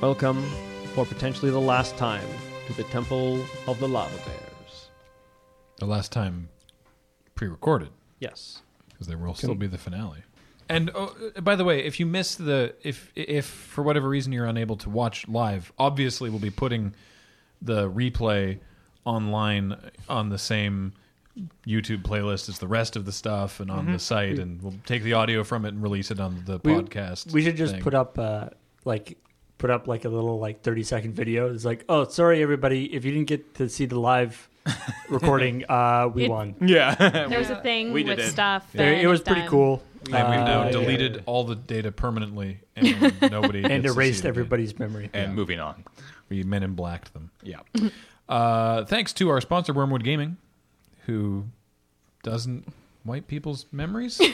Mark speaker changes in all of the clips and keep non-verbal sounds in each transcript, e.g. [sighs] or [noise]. Speaker 1: Welcome, for potentially the last time, to the Temple of the Lava Bears.
Speaker 2: The last time pre-recorded
Speaker 1: Yes.
Speaker 2: because there will still be the finale. And oh, uh, by the way, if you miss the if if for whatever reason you're unable to watch live, obviously we'll be putting the replay online on the same YouTube playlist as the rest of the stuff and on the site, and we'll take the audio from it and release it on the
Speaker 3: Mm-hmm. We-
Speaker 2: podcast.
Speaker 3: We should just
Speaker 2: thing.
Speaker 3: put up uh, like put up like a little like thirty second video. It's like, oh, sorry everybody, if you didn't get to see
Speaker 2: [laughs]
Speaker 3: the live recording, uh, we
Speaker 4: It-
Speaker 3: won.
Speaker 2: yeah.
Speaker 4: There was a thing
Speaker 5: We
Speaker 4: with
Speaker 5: did it.
Speaker 4: stuff.
Speaker 3: There-
Speaker 4: and
Speaker 3: it was
Speaker 4: it's
Speaker 3: pretty
Speaker 4: done.
Speaker 3: cool.
Speaker 2: and we've now
Speaker 3: Uh,
Speaker 2: deleted all the data permanently, and nobody
Speaker 3: [laughs]
Speaker 2: gets
Speaker 3: and
Speaker 2: to see
Speaker 3: erased
Speaker 2: it again.
Speaker 3: everybody's memory.
Speaker 5: And
Speaker 2: Yeah.
Speaker 5: moving on. [laughs]
Speaker 2: We men in blacked them.
Speaker 5: Yeah.
Speaker 2: [laughs] Uh, thanks to our sponsor, Wormwood Gaming, who doesn't wipe people's memories.
Speaker 5: do,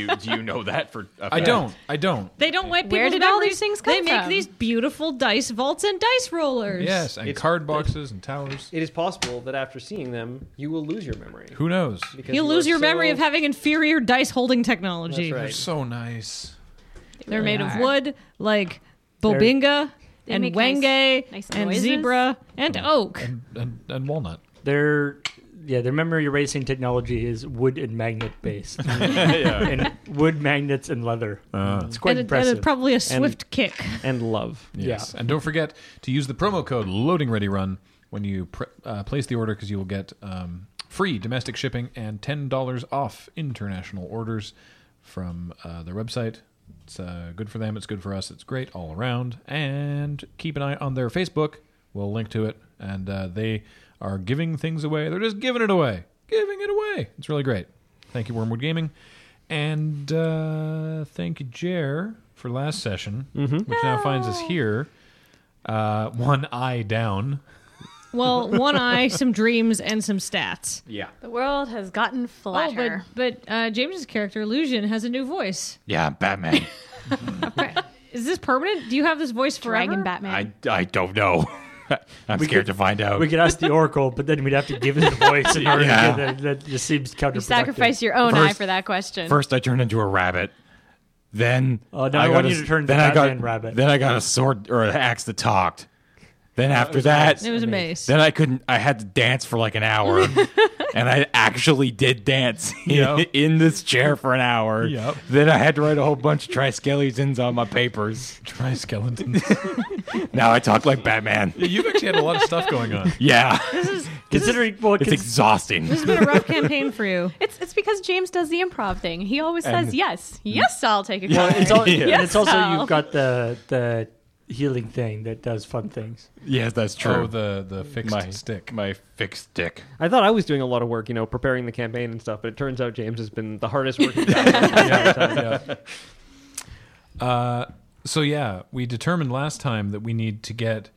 Speaker 5: you, do you know that for a
Speaker 2: I
Speaker 5: fact?
Speaker 2: don't. I don't.
Speaker 6: They don't wipe
Speaker 4: Where
Speaker 6: people's
Speaker 4: did all
Speaker 6: memories.
Speaker 4: these things come
Speaker 6: They make
Speaker 4: from?
Speaker 6: these beautiful dice vaults and dice rollers.
Speaker 2: Yes, and
Speaker 1: It's-
Speaker 2: card boxes and towers.
Speaker 1: It is possible that after seeing them, you will lose your memory.
Speaker 2: Who knows?
Speaker 1: Because
Speaker 6: You'll
Speaker 1: you
Speaker 6: lose
Speaker 1: are
Speaker 6: your memory
Speaker 1: so-
Speaker 6: of having inferior dice holding technology.
Speaker 1: That's
Speaker 2: They're
Speaker 1: right.
Speaker 2: so nice.
Speaker 6: They're
Speaker 4: really
Speaker 6: made of
Speaker 4: are.
Speaker 6: wood, like bobinga
Speaker 4: they
Speaker 6: and
Speaker 4: make
Speaker 6: wenge
Speaker 4: nice- nice
Speaker 6: and
Speaker 4: noises.
Speaker 6: zebra and oak.
Speaker 2: And, and, and walnut.
Speaker 3: Their yeah, their memory erasing technology is wood and magnet
Speaker 2: [laughs]
Speaker 3: based,
Speaker 5: yeah.
Speaker 3: and wood magnets and leather.
Speaker 2: Uh.
Speaker 3: it's quite
Speaker 6: and, a- and a-
Speaker 3: impressive.
Speaker 6: probably a swift kick.
Speaker 1: And love.
Speaker 2: Yes. And don't forget to use the promo code Loading Ready Run when you pr- uh, place the order because you will get um, free domestic shipping and ten dollars off international orders from uh, their website. It's uh, good for them. It's good for us. It's great all around. And keep an eye on their Facebook. We'll link to it. And uh, they are giving things away. They're just giving it away. Giving it away. It's really great. Thank you, Wormwood Gaming. And uh, thank you, Jer, for last session, which now finds us here. Uh, one eye
Speaker 5: [laughs]
Speaker 2: down.
Speaker 6: Well, one eye, some dreams, and
Speaker 4: [laughs]
Speaker 6: some stats.
Speaker 5: Yeah.
Speaker 4: The world has gotten
Speaker 6: Oh,
Speaker 4: flatter.
Speaker 6: but but uh, James's character Illusion has a new voice.
Speaker 5: Yeah, Batman.
Speaker 6: [laughs] Is this permanent? Do you have this voice forever?
Speaker 4: Dragon Batman.
Speaker 5: [laughs] I, I don't know. [laughs] I'm scared to find out.
Speaker 3: we could ask the Oracle, but then we'd have to give it
Speaker 2: [laughs]
Speaker 3: the voice in order
Speaker 5: Yeah.
Speaker 3: to get that. That just seems counterproductive.
Speaker 4: you sacrifice your own eye
Speaker 5: First-
Speaker 4: for that question.
Speaker 5: First, I turned into a rabbit. Then
Speaker 3: Oh, no, I
Speaker 5: got
Speaker 3: want
Speaker 5: a-
Speaker 3: you to turn into
Speaker 5: then I got-
Speaker 3: Batman rabbit.
Speaker 5: Then I got a sword or an axe that talked. Then after that,
Speaker 6: It was a maze.
Speaker 5: then I couldn't. I had to dance for like an hour, [laughs] and I actually did dance [laughs]
Speaker 2: Yep.
Speaker 5: in this chair for an hour.
Speaker 2: Yep.
Speaker 5: Then I had to write a whole bunch of triskeletions on my papers.
Speaker 2: Try skeletons.
Speaker 5: Now I talk like [laughs] Batman.
Speaker 2: [laughs] You've actually had a lot of stuff going
Speaker 5: [laughs]
Speaker 2: on.
Speaker 5: Yeah,
Speaker 3: Considering well,
Speaker 5: it's
Speaker 3: cons-
Speaker 5: exhausting.
Speaker 6: It's been a rough campaign for you.
Speaker 4: It's it's because James does the improv thing. He always
Speaker 5: And-
Speaker 4: says yes, yes, I'll take a
Speaker 3: Well,
Speaker 4: card. [laughs]
Speaker 3: it's all,
Speaker 5: Yeah.
Speaker 3: and it's also
Speaker 4: Yes, Sal.
Speaker 3: you've got the the healing thing that does fun things.
Speaker 5: [laughs] Yes, that's true.
Speaker 2: Oh, the the fixed
Speaker 5: my
Speaker 2: stick.
Speaker 5: my fixed stick.
Speaker 1: I thought I was doing a lot of work, you know, preparing the campaign and stuff, but it turns out James has been the hardest working
Speaker 6: [laughs]
Speaker 1: guy.
Speaker 2: yeah. Uh, so yeah, we determined last time that we need to get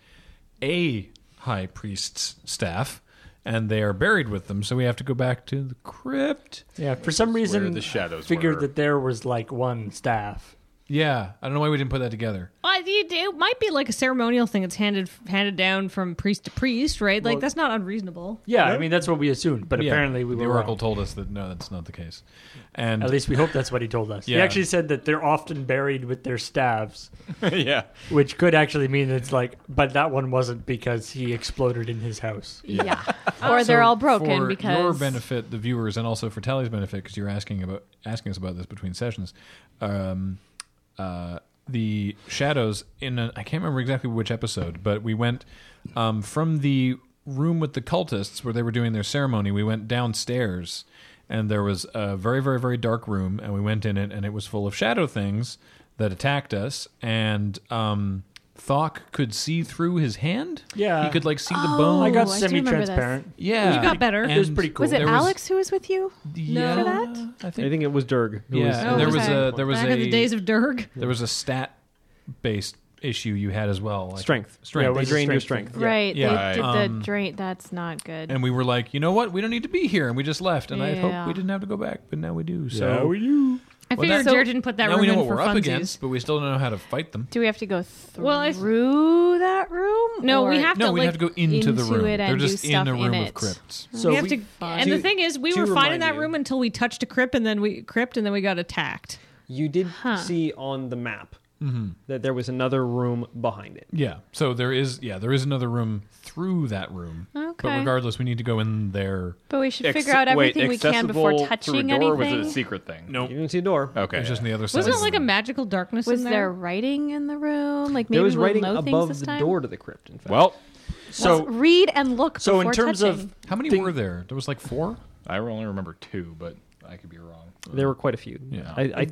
Speaker 2: a high priest's staff, and they are buried with them. So we have to go back to the crypt.
Speaker 3: Yeah, for some reason,
Speaker 5: the shadows
Speaker 3: I figured
Speaker 5: were.
Speaker 3: that there was like one staff.
Speaker 2: Yeah, I don't know why we didn't put that together.
Speaker 6: [laughs] Well, it, it might be like a ceremonial thing. It's handed handed down from priest to priest, right? Like
Speaker 3: Well-
Speaker 6: that's not unreasonable.
Speaker 3: Yeah, I mean that's what we assumed, but
Speaker 2: Yeah,
Speaker 3: apparently we
Speaker 2: the
Speaker 3: were
Speaker 2: oracle
Speaker 3: wrong.
Speaker 2: told us that no, that's not the case. And
Speaker 3: At least we hope that's what he told us. He
Speaker 2: Yeah.
Speaker 3: actually said that they're often buried with their staves,
Speaker 5: [laughs] yeah.
Speaker 3: which could actually mean it's like, but that one wasn't because he exploded in his house.
Speaker 4: yeah, or they're
Speaker 2: So
Speaker 4: all broken
Speaker 2: for
Speaker 4: because
Speaker 2: your benefit, the viewers, and also for Tally's benefit, because you're asking about asking us about this between sessions. Um, uh, the shadows in a, I can't remember exactly which episode, but we went um, from the room with the cultists where they were doing their ceremony. We went downstairs, and there was a very, very, very dark room, and we went in it, and it was full of shadow things that attacked us, and. Um, Thok could see through his hand.
Speaker 3: Yeah.
Speaker 2: he could like see the
Speaker 4: Oh,
Speaker 2: bone.
Speaker 3: I got
Speaker 4: I do remember
Speaker 3: semi-transparent.
Speaker 2: Yeah,
Speaker 6: You got better.
Speaker 3: It was pretty cool.
Speaker 4: was it
Speaker 2: There
Speaker 4: Alex who was with you?
Speaker 2: yeah,
Speaker 6: for Oh,
Speaker 4: that?
Speaker 2: I think.
Speaker 1: I think it was Derg. who
Speaker 2: yeah,
Speaker 1: was-
Speaker 2: and there was
Speaker 4: okay.
Speaker 2: a there was
Speaker 6: Back
Speaker 2: a
Speaker 6: in the days of Derg.
Speaker 2: there was a stat based issue you had as well, like
Speaker 1: Strength.
Speaker 3: Yeah,
Speaker 2: strength.
Speaker 3: it
Speaker 1: They
Speaker 3: was
Speaker 1: drained your
Speaker 3: strength.
Speaker 1: strength.
Speaker 3: Yeah.
Speaker 4: Right.
Speaker 2: Yeah.
Speaker 4: They did
Speaker 2: Um,
Speaker 4: the drain. That's not good.
Speaker 2: and we were like, you know what? We don't need to be here, and we just left. And I
Speaker 4: Yeah.
Speaker 2: hope we didn't have to go back, but now we do. So
Speaker 3: you?
Speaker 6: I
Speaker 2: Well,
Speaker 6: figured
Speaker 2: that-
Speaker 6: Jared didn't put that
Speaker 2: now
Speaker 6: room
Speaker 2: we know
Speaker 6: in
Speaker 2: what
Speaker 6: for
Speaker 2: we're up
Speaker 6: funsies.
Speaker 2: against, but we still don't know how to fight them.
Speaker 4: Do we have to go through
Speaker 6: Well, I-
Speaker 4: that room?
Speaker 6: No,
Speaker 4: Or-
Speaker 6: we have
Speaker 2: No,
Speaker 6: to
Speaker 2: we
Speaker 6: like
Speaker 2: have to go into, the
Speaker 4: into
Speaker 2: room.
Speaker 4: it
Speaker 2: They're
Speaker 4: and do
Speaker 2: just in
Speaker 4: stuff
Speaker 2: a room
Speaker 4: in
Speaker 2: of
Speaker 4: it.
Speaker 2: crypts.
Speaker 3: So
Speaker 6: we have
Speaker 3: we-
Speaker 6: to, and the thing is, we
Speaker 1: to
Speaker 6: were fine in
Speaker 1: remind
Speaker 6: that
Speaker 1: you-
Speaker 6: room until we touched a crypt, and then we crypt, and then we got attacked.
Speaker 1: You did see on the map
Speaker 2: Mm-hmm.
Speaker 1: That there was another room behind it.
Speaker 2: Yeah. So there is yeah, there is another room through that room. But
Speaker 4: Okay.
Speaker 2: regardless, we need to go in there.
Speaker 4: But we should
Speaker 5: Ex-
Speaker 4: figure out
Speaker 5: wait,
Speaker 4: everything we can before
Speaker 5: accessible
Speaker 4: touching
Speaker 5: through a door, or
Speaker 4: anything.
Speaker 5: Was it a secret thing?
Speaker 2: Oh.
Speaker 1: You didn't see a door.
Speaker 5: Okay.
Speaker 2: It's just on the other side.
Speaker 6: Wasn't it like a magical darkness?
Speaker 4: Was
Speaker 6: in
Speaker 4: there?
Speaker 6: there?
Speaker 4: writing in the room? Like maybe
Speaker 1: there was
Speaker 4: we'll
Speaker 1: writing
Speaker 4: know things
Speaker 1: above
Speaker 4: this
Speaker 1: the
Speaker 4: time?
Speaker 1: door to the crypt. In fact,
Speaker 5: well,
Speaker 3: So
Speaker 4: Let's read and look.
Speaker 3: so in
Speaker 4: before
Speaker 3: terms
Speaker 4: touching.
Speaker 3: of
Speaker 2: How many
Speaker 3: Thing-
Speaker 2: were there? There was like four?
Speaker 5: I only remember two, but I could be wrong.
Speaker 1: there were quite a few.
Speaker 2: Yeah.
Speaker 1: I, I,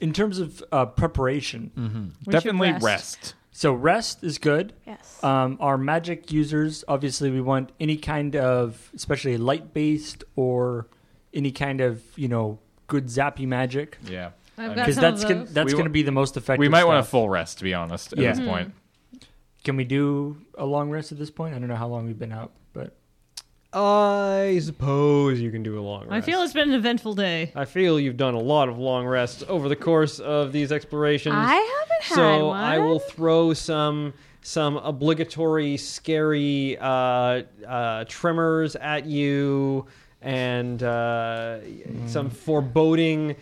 Speaker 3: in terms of uh, preparation,
Speaker 6: We should
Speaker 5: Definitely rest.
Speaker 3: so rest is good.
Speaker 4: yes,
Speaker 3: Um, our magic users, obviously, we want any kind of, especially light based or any kind of, you know, good zappy magic.
Speaker 5: Yeah.
Speaker 6: I've
Speaker 2: Uh,
Speaker 5: I mean-
Speaker 6: got
Speaker 3: Because
Speaker 6: some of
Speaker 3: that's gonna,
Speaker 6: those.
Speaker 3: that's
Speaker 5: We
Speaker 3: going to
Speaker 5: want-
Speaker 3: be the most effective.
Speaker 5: we might want a
Speaker 3: stuff.
Speaker 5: full rest, to be honest, at
Speaker 3: Yeah.
Speaker 5: this point.
Speaker 3: Can we do a long rest at this point? I don't know how long we've been out, but
Speaker 1: I suppose you can do a long rest.
Speaker 6: I feel it's been an eventful day.
Speaker 1: I feel you've done a lot of long rests over the course of these explorations.
Speaker 4: I haven't had
Speaker 1: so
Speaker 4: one.
Speaker 1: I will throw some some obligatory scary uh, uh, tremors at you and uh, some foreboding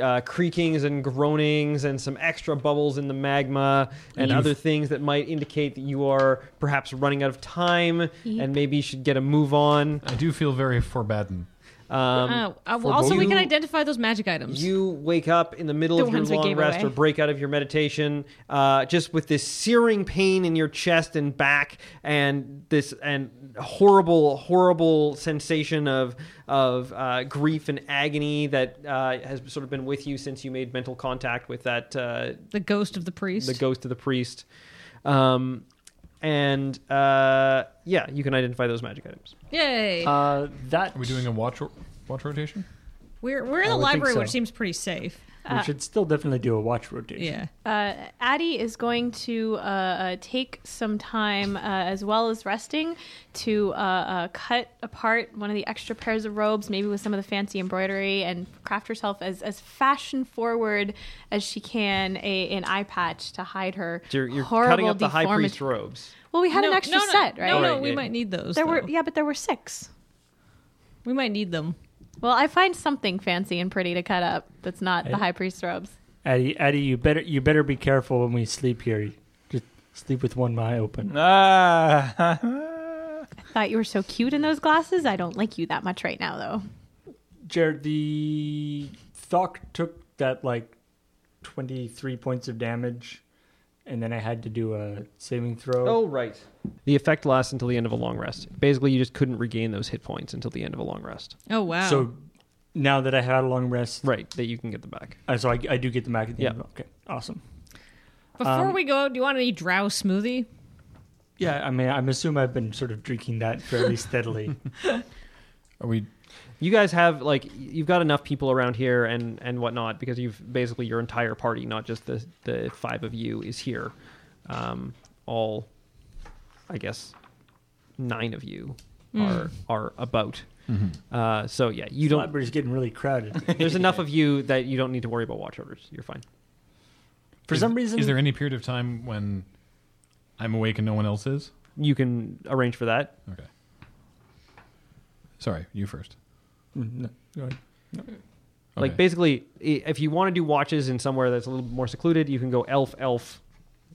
Speaker 1: uh, creakings and groanings and some extra bubbles in the magma and
Speaker 2: You've-
Speaker 1: other things that might indicate that you are perhaps running out of time and maybe you should get a move on.
Speaker 2: I do feel very forbidden.
Speaker 1: Um,
Speaker 6: Uh, uh, well, also, we
Speaker 1: you-
Speaker 6: can identify those magic items.
Speaker 1: you wake up in the middle
Speaker 4: The
Speaker 1: of your
Speaker 4: ones we
Speaker 1: long
Speaker 4: gave
Speaker 1: rest
Speaker 4: away.
Speaker 1: or break out of your meditation, uh, just with this searing pain in your chest and back, and this and horrible, horrible sensation of of uh, grief and agony that uh, has sort of been with you since you made mental contact with that uh,
Speaker 6: the ghost of the priest.
Speaker 1: the ghost of the priest. Um, and uh, yeah, you can identify those magic items.
Speaker 6: Yay!
Speaker 3: uh, that
Speaker 2: Are we doing a watch ro- watch rotation?
Speaker 6: we're we're in the
Speaker 3: would think
Speaker 6: library,
Speaker 3: so.
Speaker 6: which seems pretty safe.
Speaker 3: we should still definitely do a watch rotation.
Speaker 6: Uh, Yeah.
Speaker 4: uh, Addie is going to uh, uh, take some time, uh, as well as resting, to uh, uh, cut apart one of the extra pairs of robes, maybe with some of the fancy embroidery, and craft herself as, as fashion forward as she can a, an eye patch to hide her
Speaker 1: You're, you're
Speaker 4: horrible
Speaker 1: cutting up the high
Speaker 4: deformity.
Speaker 1: priest robes.
Speaker 4: Well, we had
Speaker 6: no,
Speaker 4: an extra
Speaker 6: no, no,
Speaker 4: set, right?
Speaker 6: No, no,
Speaker 1: Right,
Speaker 6: we
Speaker 1: yeah.
Speaker 6: might need those.
Speaker 4: There
Speaker 6: though.
Speaker 4: were yeah, but there were six.
Speaker 6: We might need them.
Speaker 4: Well, I find something fancy and pretty to cut up that's not the
Speaker 3: Right.
Speaker 4: high priest robes.
Speaker 3: Addie, Addie, you better you better be careful when we sleep here. Just sleep with one eye open.
Speaker 5: Ah.
Speaker 4: Thought you were so cute in those glasses. I don't like you that much right now, though.
Speaker 3: Jared, the Thok took that like twenty three points of damage, and then I had to do a saving throw.
Speaker 1: Oh, right. The effect lasts until the end of a long rest. Basically, you just couldn't regain those hit points until the end of a long rest.
Speaker 6: Oh wow.
Speaker 3: so now that I had a long rest,
Speaker 1: Right, that you can get them back.
Speaker 3: uh, so I, I do get the back at the
Speaker 1: Yeah.
Speaker 3: end. Okay, awesome.
Speaker 6: Before
Speaker 3: um,
Speaker 6: we go, do you want any drow smoothie?
Speaker 3: Yeah, I mean, I'm assume I've been sort of drinking that fairly steadily.
Speaker 2: Are we
Speaker 1: You guys have like you've got enough people around here and and whatnot because you've basically your entire party, not just the the five of you, is here. Um, all, I guess, nine of you are are about. Uh, so yeah, [laughs] you
Speaker 3: the
Speaker 1: don't.
Speaker 3: library's getting really
Speaker 1: [laughs]
Speaker 3: crowded.
Speaker 1: There's enough of you that you don't need to worry about watch orders. You're fine.
Speaker 3: For
Speaker 2: is-
Speaker 3: some reason,
Speaker 2: Is there any period of time when I'm awake and no one else is?
Speaker 1: You can arrange for that.
Speaker 2: Okay. Sorry, you first.
Speaker 3: Mm, no.
Speaker 1: Like
Speaker 2: Okay.
Speaker 1: basically, i- if you want to do watches in somewhere that's a little more secluded, you can go elf, elf,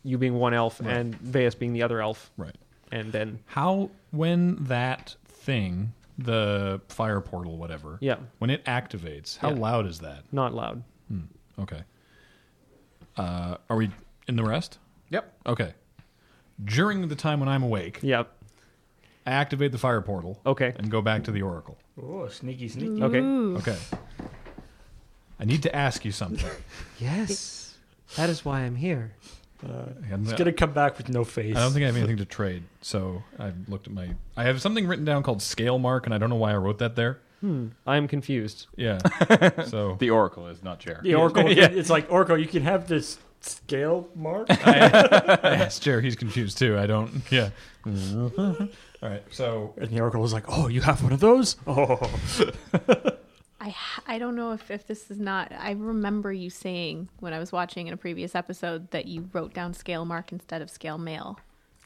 Speaker 1: you being one elf,
Speaker 2: Right.
Speaker 1: and Veus being the other elf,
Speaker 2: Right.
Speaker 1: and then
Speaker 2: How when that thing, the fire portal, whatever,
Speaker 1: yeah,
Speaker 2: when it activates, how
Speaker 1: Yeah.
Speaker 2: loud is that?
Speaker 1: not loud.
Speaker 2: Okay. Uh, are we in the rest?
Speaker 5: Yep.
Speaker 2: Okay. During the time when I'm awake,
Speaker 1: Yeah,
Speaker 2: I activate the fire portal.
Speaker 1: Okay.
Speaker 2: And go back to the oracle.
Speaker 3: Oh, sneaky, sneaky.
Speaker 1: Okay.
Speaker 4: Ooh.
Speaker 2: Okay. I need to ask you [laughs] something.
Speaker 1: Yes, that is why I'm here.
Speaker 2: I'm-
Speaker 3: It's gonna come back with no face.
Speaker 2: I don't think I have anything to trade, so I've looked at my. I have something written down called scale mark, and I don't know why I wrote that there.
Speaker 1: I am confused.
Speaker 2: [laughs] Yeah. So
Speaker 5: The Oracle is not chair.
Speaker 3: the
Speaker 1: [laughs]
Speaker 3: Oracle. can- It's like Oracle. You can have this scale mark.
Speaker 2: [laughs] I asked Jer, he's confused too. I don't. Yeah. [laughs] All right. So
Speaker 3: And the Oracle was like, "Oh, you have one of those? Oh,
Speaker 4: I ha- I don't know if, if this is not. I remember you saying when I was watching in a previous episode that you wrote down scale mark instead of scale mail.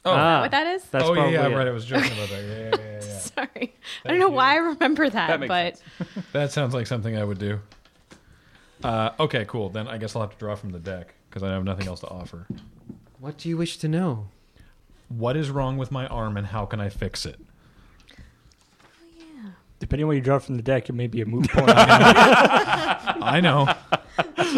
Speaker 2: Oh.
Speaker 4: Is that what that is?
Speaker 1: Ah, That's
Speaker 2: oh yeah,
Speaker 1: probably
Speaker 2: yeah,
Speaker 1: it.
Speaker 2: right. I was joking about that. Yeah, yeah, yeah,
Speaker 5: [laughs]
Speaker 2: yeah.
Speaker 4: [laughs] Sorry, I don't know
Speaker 2: you.
Speaker 4: why I remember that,
Speaker 5: That makes
Speaker 4: but
Speaker 2: That sounds like something I would do. Uh, okay, cool. Then I guess I'll have to draw from the deck. because I have nothing else to offer.
Speaker 1: What do you wish to know?
Speaker 2: What is wrong with my arm and how can I fix it?
Speaker 3: Depending on what you draw from the deck, it may be a moot [laughs] point.
Speaker 2: I
Speaker 5: [laughs]
Speaker 2: know.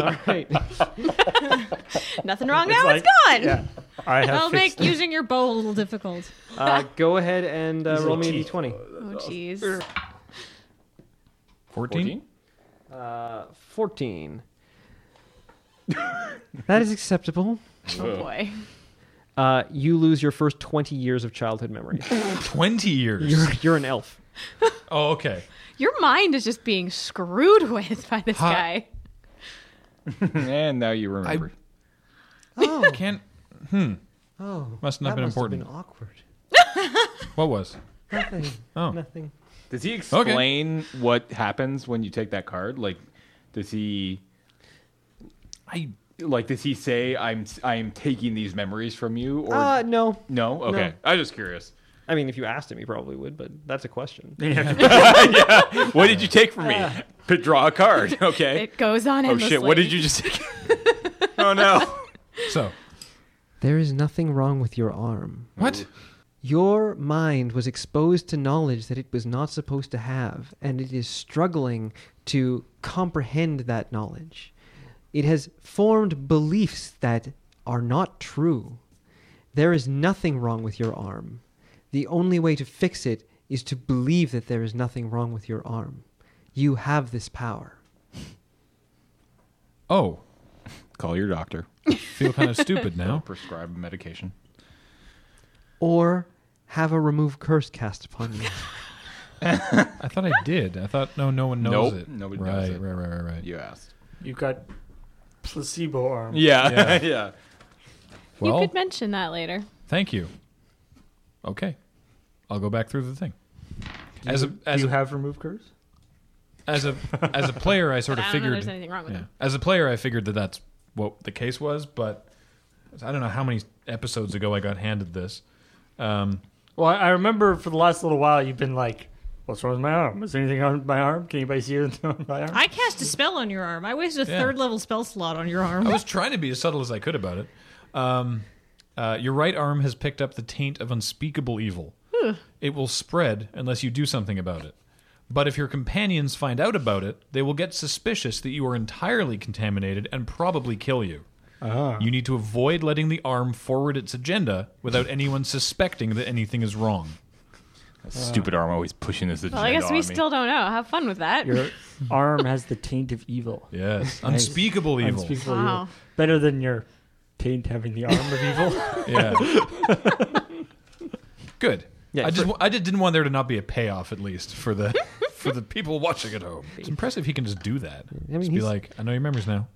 Speaker 1: All right. [laughs]
Speaker 4: Nothing wrong now.
Speaker 3: like-
Speaker 4: it's gone.
Speaker 3: yeah, I
Speaker 6: That'll
Speaker 3: have
Speaker 6: make
Speaker 3: fixed it.
Speaker 6: using your bow a little difficult.
Speaker 1: Uh, go ahead and uh,
Speaker 3: He's
Speaker 1: roll
Speaker 3: a
Speaker 1: me a
Speaker 3: cheat.
Speaker 1: d20.
Speaker 4: Oh jeez.
Speaker 2: 14?
Speaker 5: 14?
Speaker 1: Uh, 14. that is acceptable.
Speaker 4: Oh boy.
Speaker 1: Uh, you lose your first 20 years of childhood [laughs] memories.
Speaker 2: 20 years.
Speaker 1: You're, you're an elf.
Speaker 2: Oh, okay.
Speaker 4: Your mind is just being screwed [laughs] with by this
Speaker 2: Huh.
Speaker 4: guy.
Speaker 5: and now you remember.
Speaker 2: I can't. hmm.
Speaker 1: Oh,
Speaker 2: Must not
Speaker 1: that
Speaker 2: been
Speaker 1: must have
Speaker 2: important.
Speaker 1: been awkward.
Speaker 2: What was?
Speaker 1: Nothing.
Speaker 2: Oh.
Speaker 1: Nothing.
Speaker 5: Does he explain what happens when you take that card? Like, does he
Speaker 2: I
Speaker 5: like does he say I'm I'm taking these memories from you or
Speaker 1: Uh, no.
Speaker 5: no? Okay, I'm just curious.
Speaker 1: I mean, if you asked him, he probably would, but that's a question.
Speaker 3: [laughs]
Speaker 5: What did you take from me?
Speaker 4: Uh.
Speaker 5: [laughs] To draw a card.
Speaker 4: [laughs]
Speaker 5: Okay.
Speaker 4: It goes on
Speaker 5: Oh
Speaker 4: endlessly.
Speaker 5: shit! What did you
Speaker 4: [laughs]
Speaker 5: just take? oh no.
Speaker 2: so
Speaker 1: There is nothing wrong with your arm.
Speaker 2: what?
Speaker 1: Your mind was exposed to knowledge that it was not supposed to have, and it is struggling to comprehend that knowledge. It has formed beliefs that are not true. There is nothing wrong with your arm. The only way to fix it is to believe that there is nothing wrong with your arm. You have this power.
Speaker 2: Oh,
Speaker 5: Call your doctor.
Speaker 2: feel kind of stupid now.
Speaker 5: Prescribe medication.
Speaker 1: Or have a remove curse cast upon you.
Speaker 2: I thought I did. I thought no, no one knows
Speaker 5: Nope,
Speaker 2: it.
Speaker 5: nobody
Speaker 2: right,
Speaker 5: knows it.
Speaker 2: Right, right, right, right.
Speaker 5: You asked.
Speaker 3: You've got placebo arm.
Speaker 5: Yeah.
Speaker 2: Yeah.
Speaker 5: [laughs] Yeah.
Speaker 2: Well,
Speaker 4: you could mention that later.
Speaker 2: thank you. Okay, I'll go back through the thing. As a
Speaker 3: Do
Speaker 2: as
Speaker 3: you
Speaker 2: a,
Speaker 3: have remove curse?
Speaker 2: as a as a player, I sort
Speaker 4: But
Speaker 2: of
Speaker 4: I don't know
Speaker 2: figured.
Speaker 4: there's anything wrong with
Speaker 2: yeah.
Speaker 4: him.
Speaker 2: As a player, I figured that that's what the case was, but I don't know how many episodes ago I got handed this. Um,
Speaker 3: Well, I I remember for the last little while you've been like, "What's wrong with my arm? Is there anything on my arm? Can anybody see anything on my arm?"
Speaker 6: I cast a spell on your arm. I wasted a
Speaker 2: Yeah.
Speaker 6: third level spell slot on your arm.
Speaker 2: I was trying to be as subtle as I could about it. Um, uh, your right arm has picked up the taint of unspeakable evil. It will spread unless you do something about it. But if your companions find out about it, they will get suspicious that you are entirely contaminated and probably kill you. You need to avoid letting the arm forward its agenda without anyone suspecting that anything is wrong.
Speaker 5: Stupid arm always pushing this agenda
Speaker 4: Well, I guess
Speaker 5: on
Speaker 4: we
Speaker 5: me.
Speaker 4: still don't know. Have fun with
Speaker 3: [laughs]
Speaker 4: that.
Speaker 3: Your arm has the taint of evil.
Speaker 2: Yes, unspeakable evil.
Speaker 3: Unspeakable
Speaker 4: Wow.
Speaker 3: evil. Better than your taint having the arm of evil.
Speaker 2: Yeah. [laughs] Good.
Speaker 1: Yeah,
Speaker 2: I just
Speaker 1: for-
Speaker 2: wa- I just didn't want there to not be a payoff at least
Speaker 1: [laughs]
Speaker 2: for the for the people watching at home. It's impressive he can just do that.
Speaker 1: mean,
Speaker 2: just be
Speaker 1: he's-
Speaker 2: like, I know your memories now.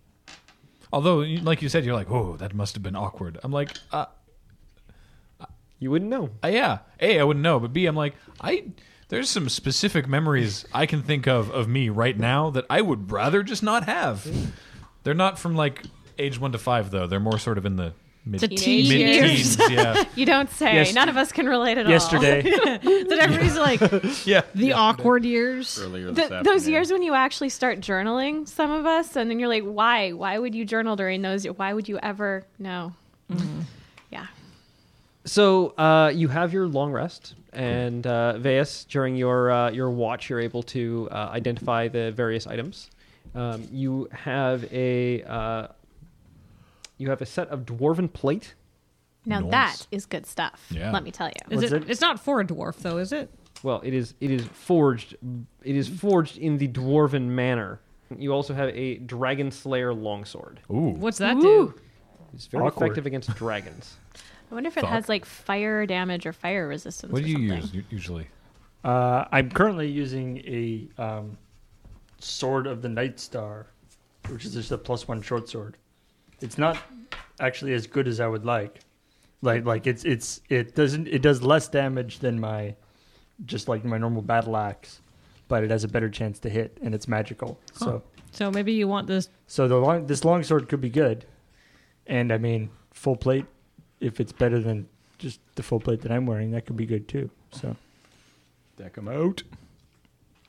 Speaker 2: Although, you- like you said, you're like, oh, that must have been awkward. I'm like, uh,
Speaker 1: [laughs] You wouldn't know.
Speaker 2: uh, yeah. A, I wouldn't know, but B, I'm like, I there's some specific memories I can think of of me right now that I would rather just not have. They're not from like age one to five though. They're more sort of in the mid
Speaker 4: [laughs]
Speaker 6: To
Speaker 4: Teenage years.
Speaker 2: teens. yeah,
Speaker 4: [laughs]
Speaker 2: [laughs]
Speaker 4: You don't say.
Speaker 3: Yes-
Speaker 4: None of us can relate at [laughs] all.
Speaker 3: Yesterday,
Speaker 6: that
Speaker 2: [laughs]
Speaker 6: everybody's like [laughs] the
Speaker 2: yeah.
Speaker 6: awkward years.
Speaker 5: Earlier this
Speaker 4: Th- those
Speaker 5: afternoon.
Speaker 4: years when you actually start journaling, some of us, and then you're like, why? Why would you journal during those? Why would you ever? No. Mm-hmm. Yeah.
Speaker 1: So uh, you have your long rest, and uh, Veus, during your uh, your watch, you're able to uh, identify the various items. Um, you have a uh, you have a set of dwarven plate.
Speaker 4: Now
Speaker 2: Nice.
Speaker 4: that is good stuff.
Speaker 2: Yeah.
Speaker 4: Let me tell you.
Speaker 6: Is
Speaker 3: What's
Speaker 6: it,
Speaker 3: it?
Speaker 6: It's not for a dwarf though, is it?
Speaker 1: Well, it is it is forged it is forged in the dwarven manner. You also have a dragon slayer longsword.
Speaker 2: Ooh.
Speaker 6: What's that
Speaker 4: Ooh.
Speaker 6: do?
Speaker 1: It's very
Speaker 3: Awkward.
Speaker 1: effective
Speaker 3: [laughs]
Speaker 1: against dragons.
Speaker 4: I wonder if it
Speaker 2: Fuck.
Speaker 4: has like fire damage or fire resistance.
Speaker 2: What do
Speaker 4: or
Speaker 2: you
Speaker 4: something.
Speaker 2: use u- usually?
Speaker 3: uh, I'm currently using a um, sword of the Night Star, which is just a plus one short sword. It's not actually as good as I would like. Like, like it's it's it doesn't it does less damage than my just like my normal battle axe, but it has a better chance to hit and it's magical. So.
Speaker 6: So maybe you want this
Speaker 3: So the long, this longsword could be good, and I mean full plate. If it's better than just the full plate that I'm wearing, that could be good too. So
Speaker 5: Deck him out.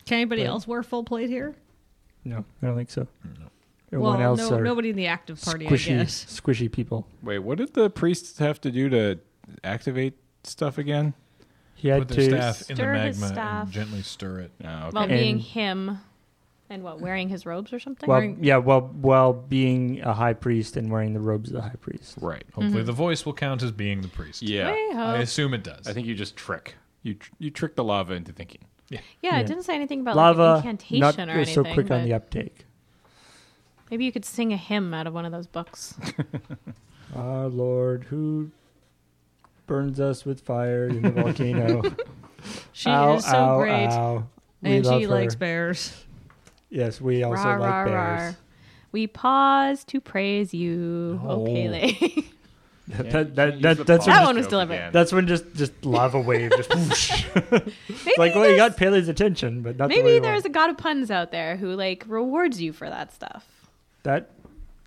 Speaker 6: can anybody
Speaker 3: Right.
Speaker 6: else wear full plate here?
Speaker 3: no, I don't think so. Everyone
Speaker 6: well,
Speaker 3: else
Speaker 6: no,
Speaker 3: are
Speaker 6: nobody in the active party, I
Speaker 3: squishy,
Speaker 6: guess.
Speaker 3: squishy people.
Speaker 5: Wait, what did the priests have to do to activate stuff again?
Speaker 3: He had
Speaker 2: Put their
Speaker 3: to
Speaker 2: staff in the
Speaker 4: Stir his
Speaker 2: magma
Speaker 4: staff.
Speaker 2: and gently stir it.
Speaker 5: No. Oh, okay.
Speaker 4: While being
Speaker 3: And-
Speaker 4: him and what, wearing his robes or something?
Speaker 3: Well,
Speaker 6: Wearing-
Speaker 3: yeah, well, while being a high priest and wearing the robes of the high priest.
Speaker 5: right.
Speaker 4: Mm-hmm.
Speaker 2: Hopefully, the voice will count as being the priest.
Speaker 5: Yeah.
Speaker 4: Way-ho.
Speaker 2: I assume it does.
Speaker 5: I think you just trick. You tr- you trick the lava into thinking.
Speaker 4: yeah,
Speaker 3: yeah.
Speaker 4: it didn't say anything about
Speaker 3: Lava,
Speaker 4: like, incantation
Speaker 3: not
Speaker 4: or
Speaker 3: go
Speaker 4: anything.
Speaker 3: so quick
Speaker 4: but
Speaker 3: on the uptake.
Speaker 4: Maybe you could sing a hymn out of one of
Speaker 3: [laughs]
Speaker 4: those books.
Speaker 3: Our Lord, who burns us with fire in
Speaker 6: [laughs]
Speaker 3: the volcano.
Speaker 6: She
Speaker 3: ow,
Speaker 6: is so
Speaker 3: ow,
Speaker 6: great.
Speaker 3: ow. We
Speaker 6: And
Speaker 3: love
Speaker 6: she
Speaker 3: her.
Speaker 6: likes bears.
Speaker 3: Yes, we also
Speaker 4: Rah,
Speaker 3: like
Speaker 4: rah,
Speaker 3: bears.
Speaker 4: rah. We pause to praise you. Okay, [laughs] they.
Speaker 3: that,
Speaker 5: Yeah,
Speaker 3: that,
Speaker 5: you
Speaker 3: that,
Speaker 5: use the
Speaker 3: that's,
Speaker 5: pause
Speaker 4: That one was
Speaker 5: joke
Speaker 4: deliberate.
Speaker 5: again.
Speaker 3: that's when just, just lava wave.
Speaker 6: [laughs]
Speaker 3: Just whoosh. It's like,
Speaker 4: Maybe
Speaker 3: well, you
Speaker 4: there's-
Speaker 3: got Paley's attention, but not the way
Speaker 4: Maybe
Speaker 3: you
Speaker 4: there's
Speaker 3: want.
Speaker 4: a god of puns out there who like rewards you for that stuff.
Speaker 3: that.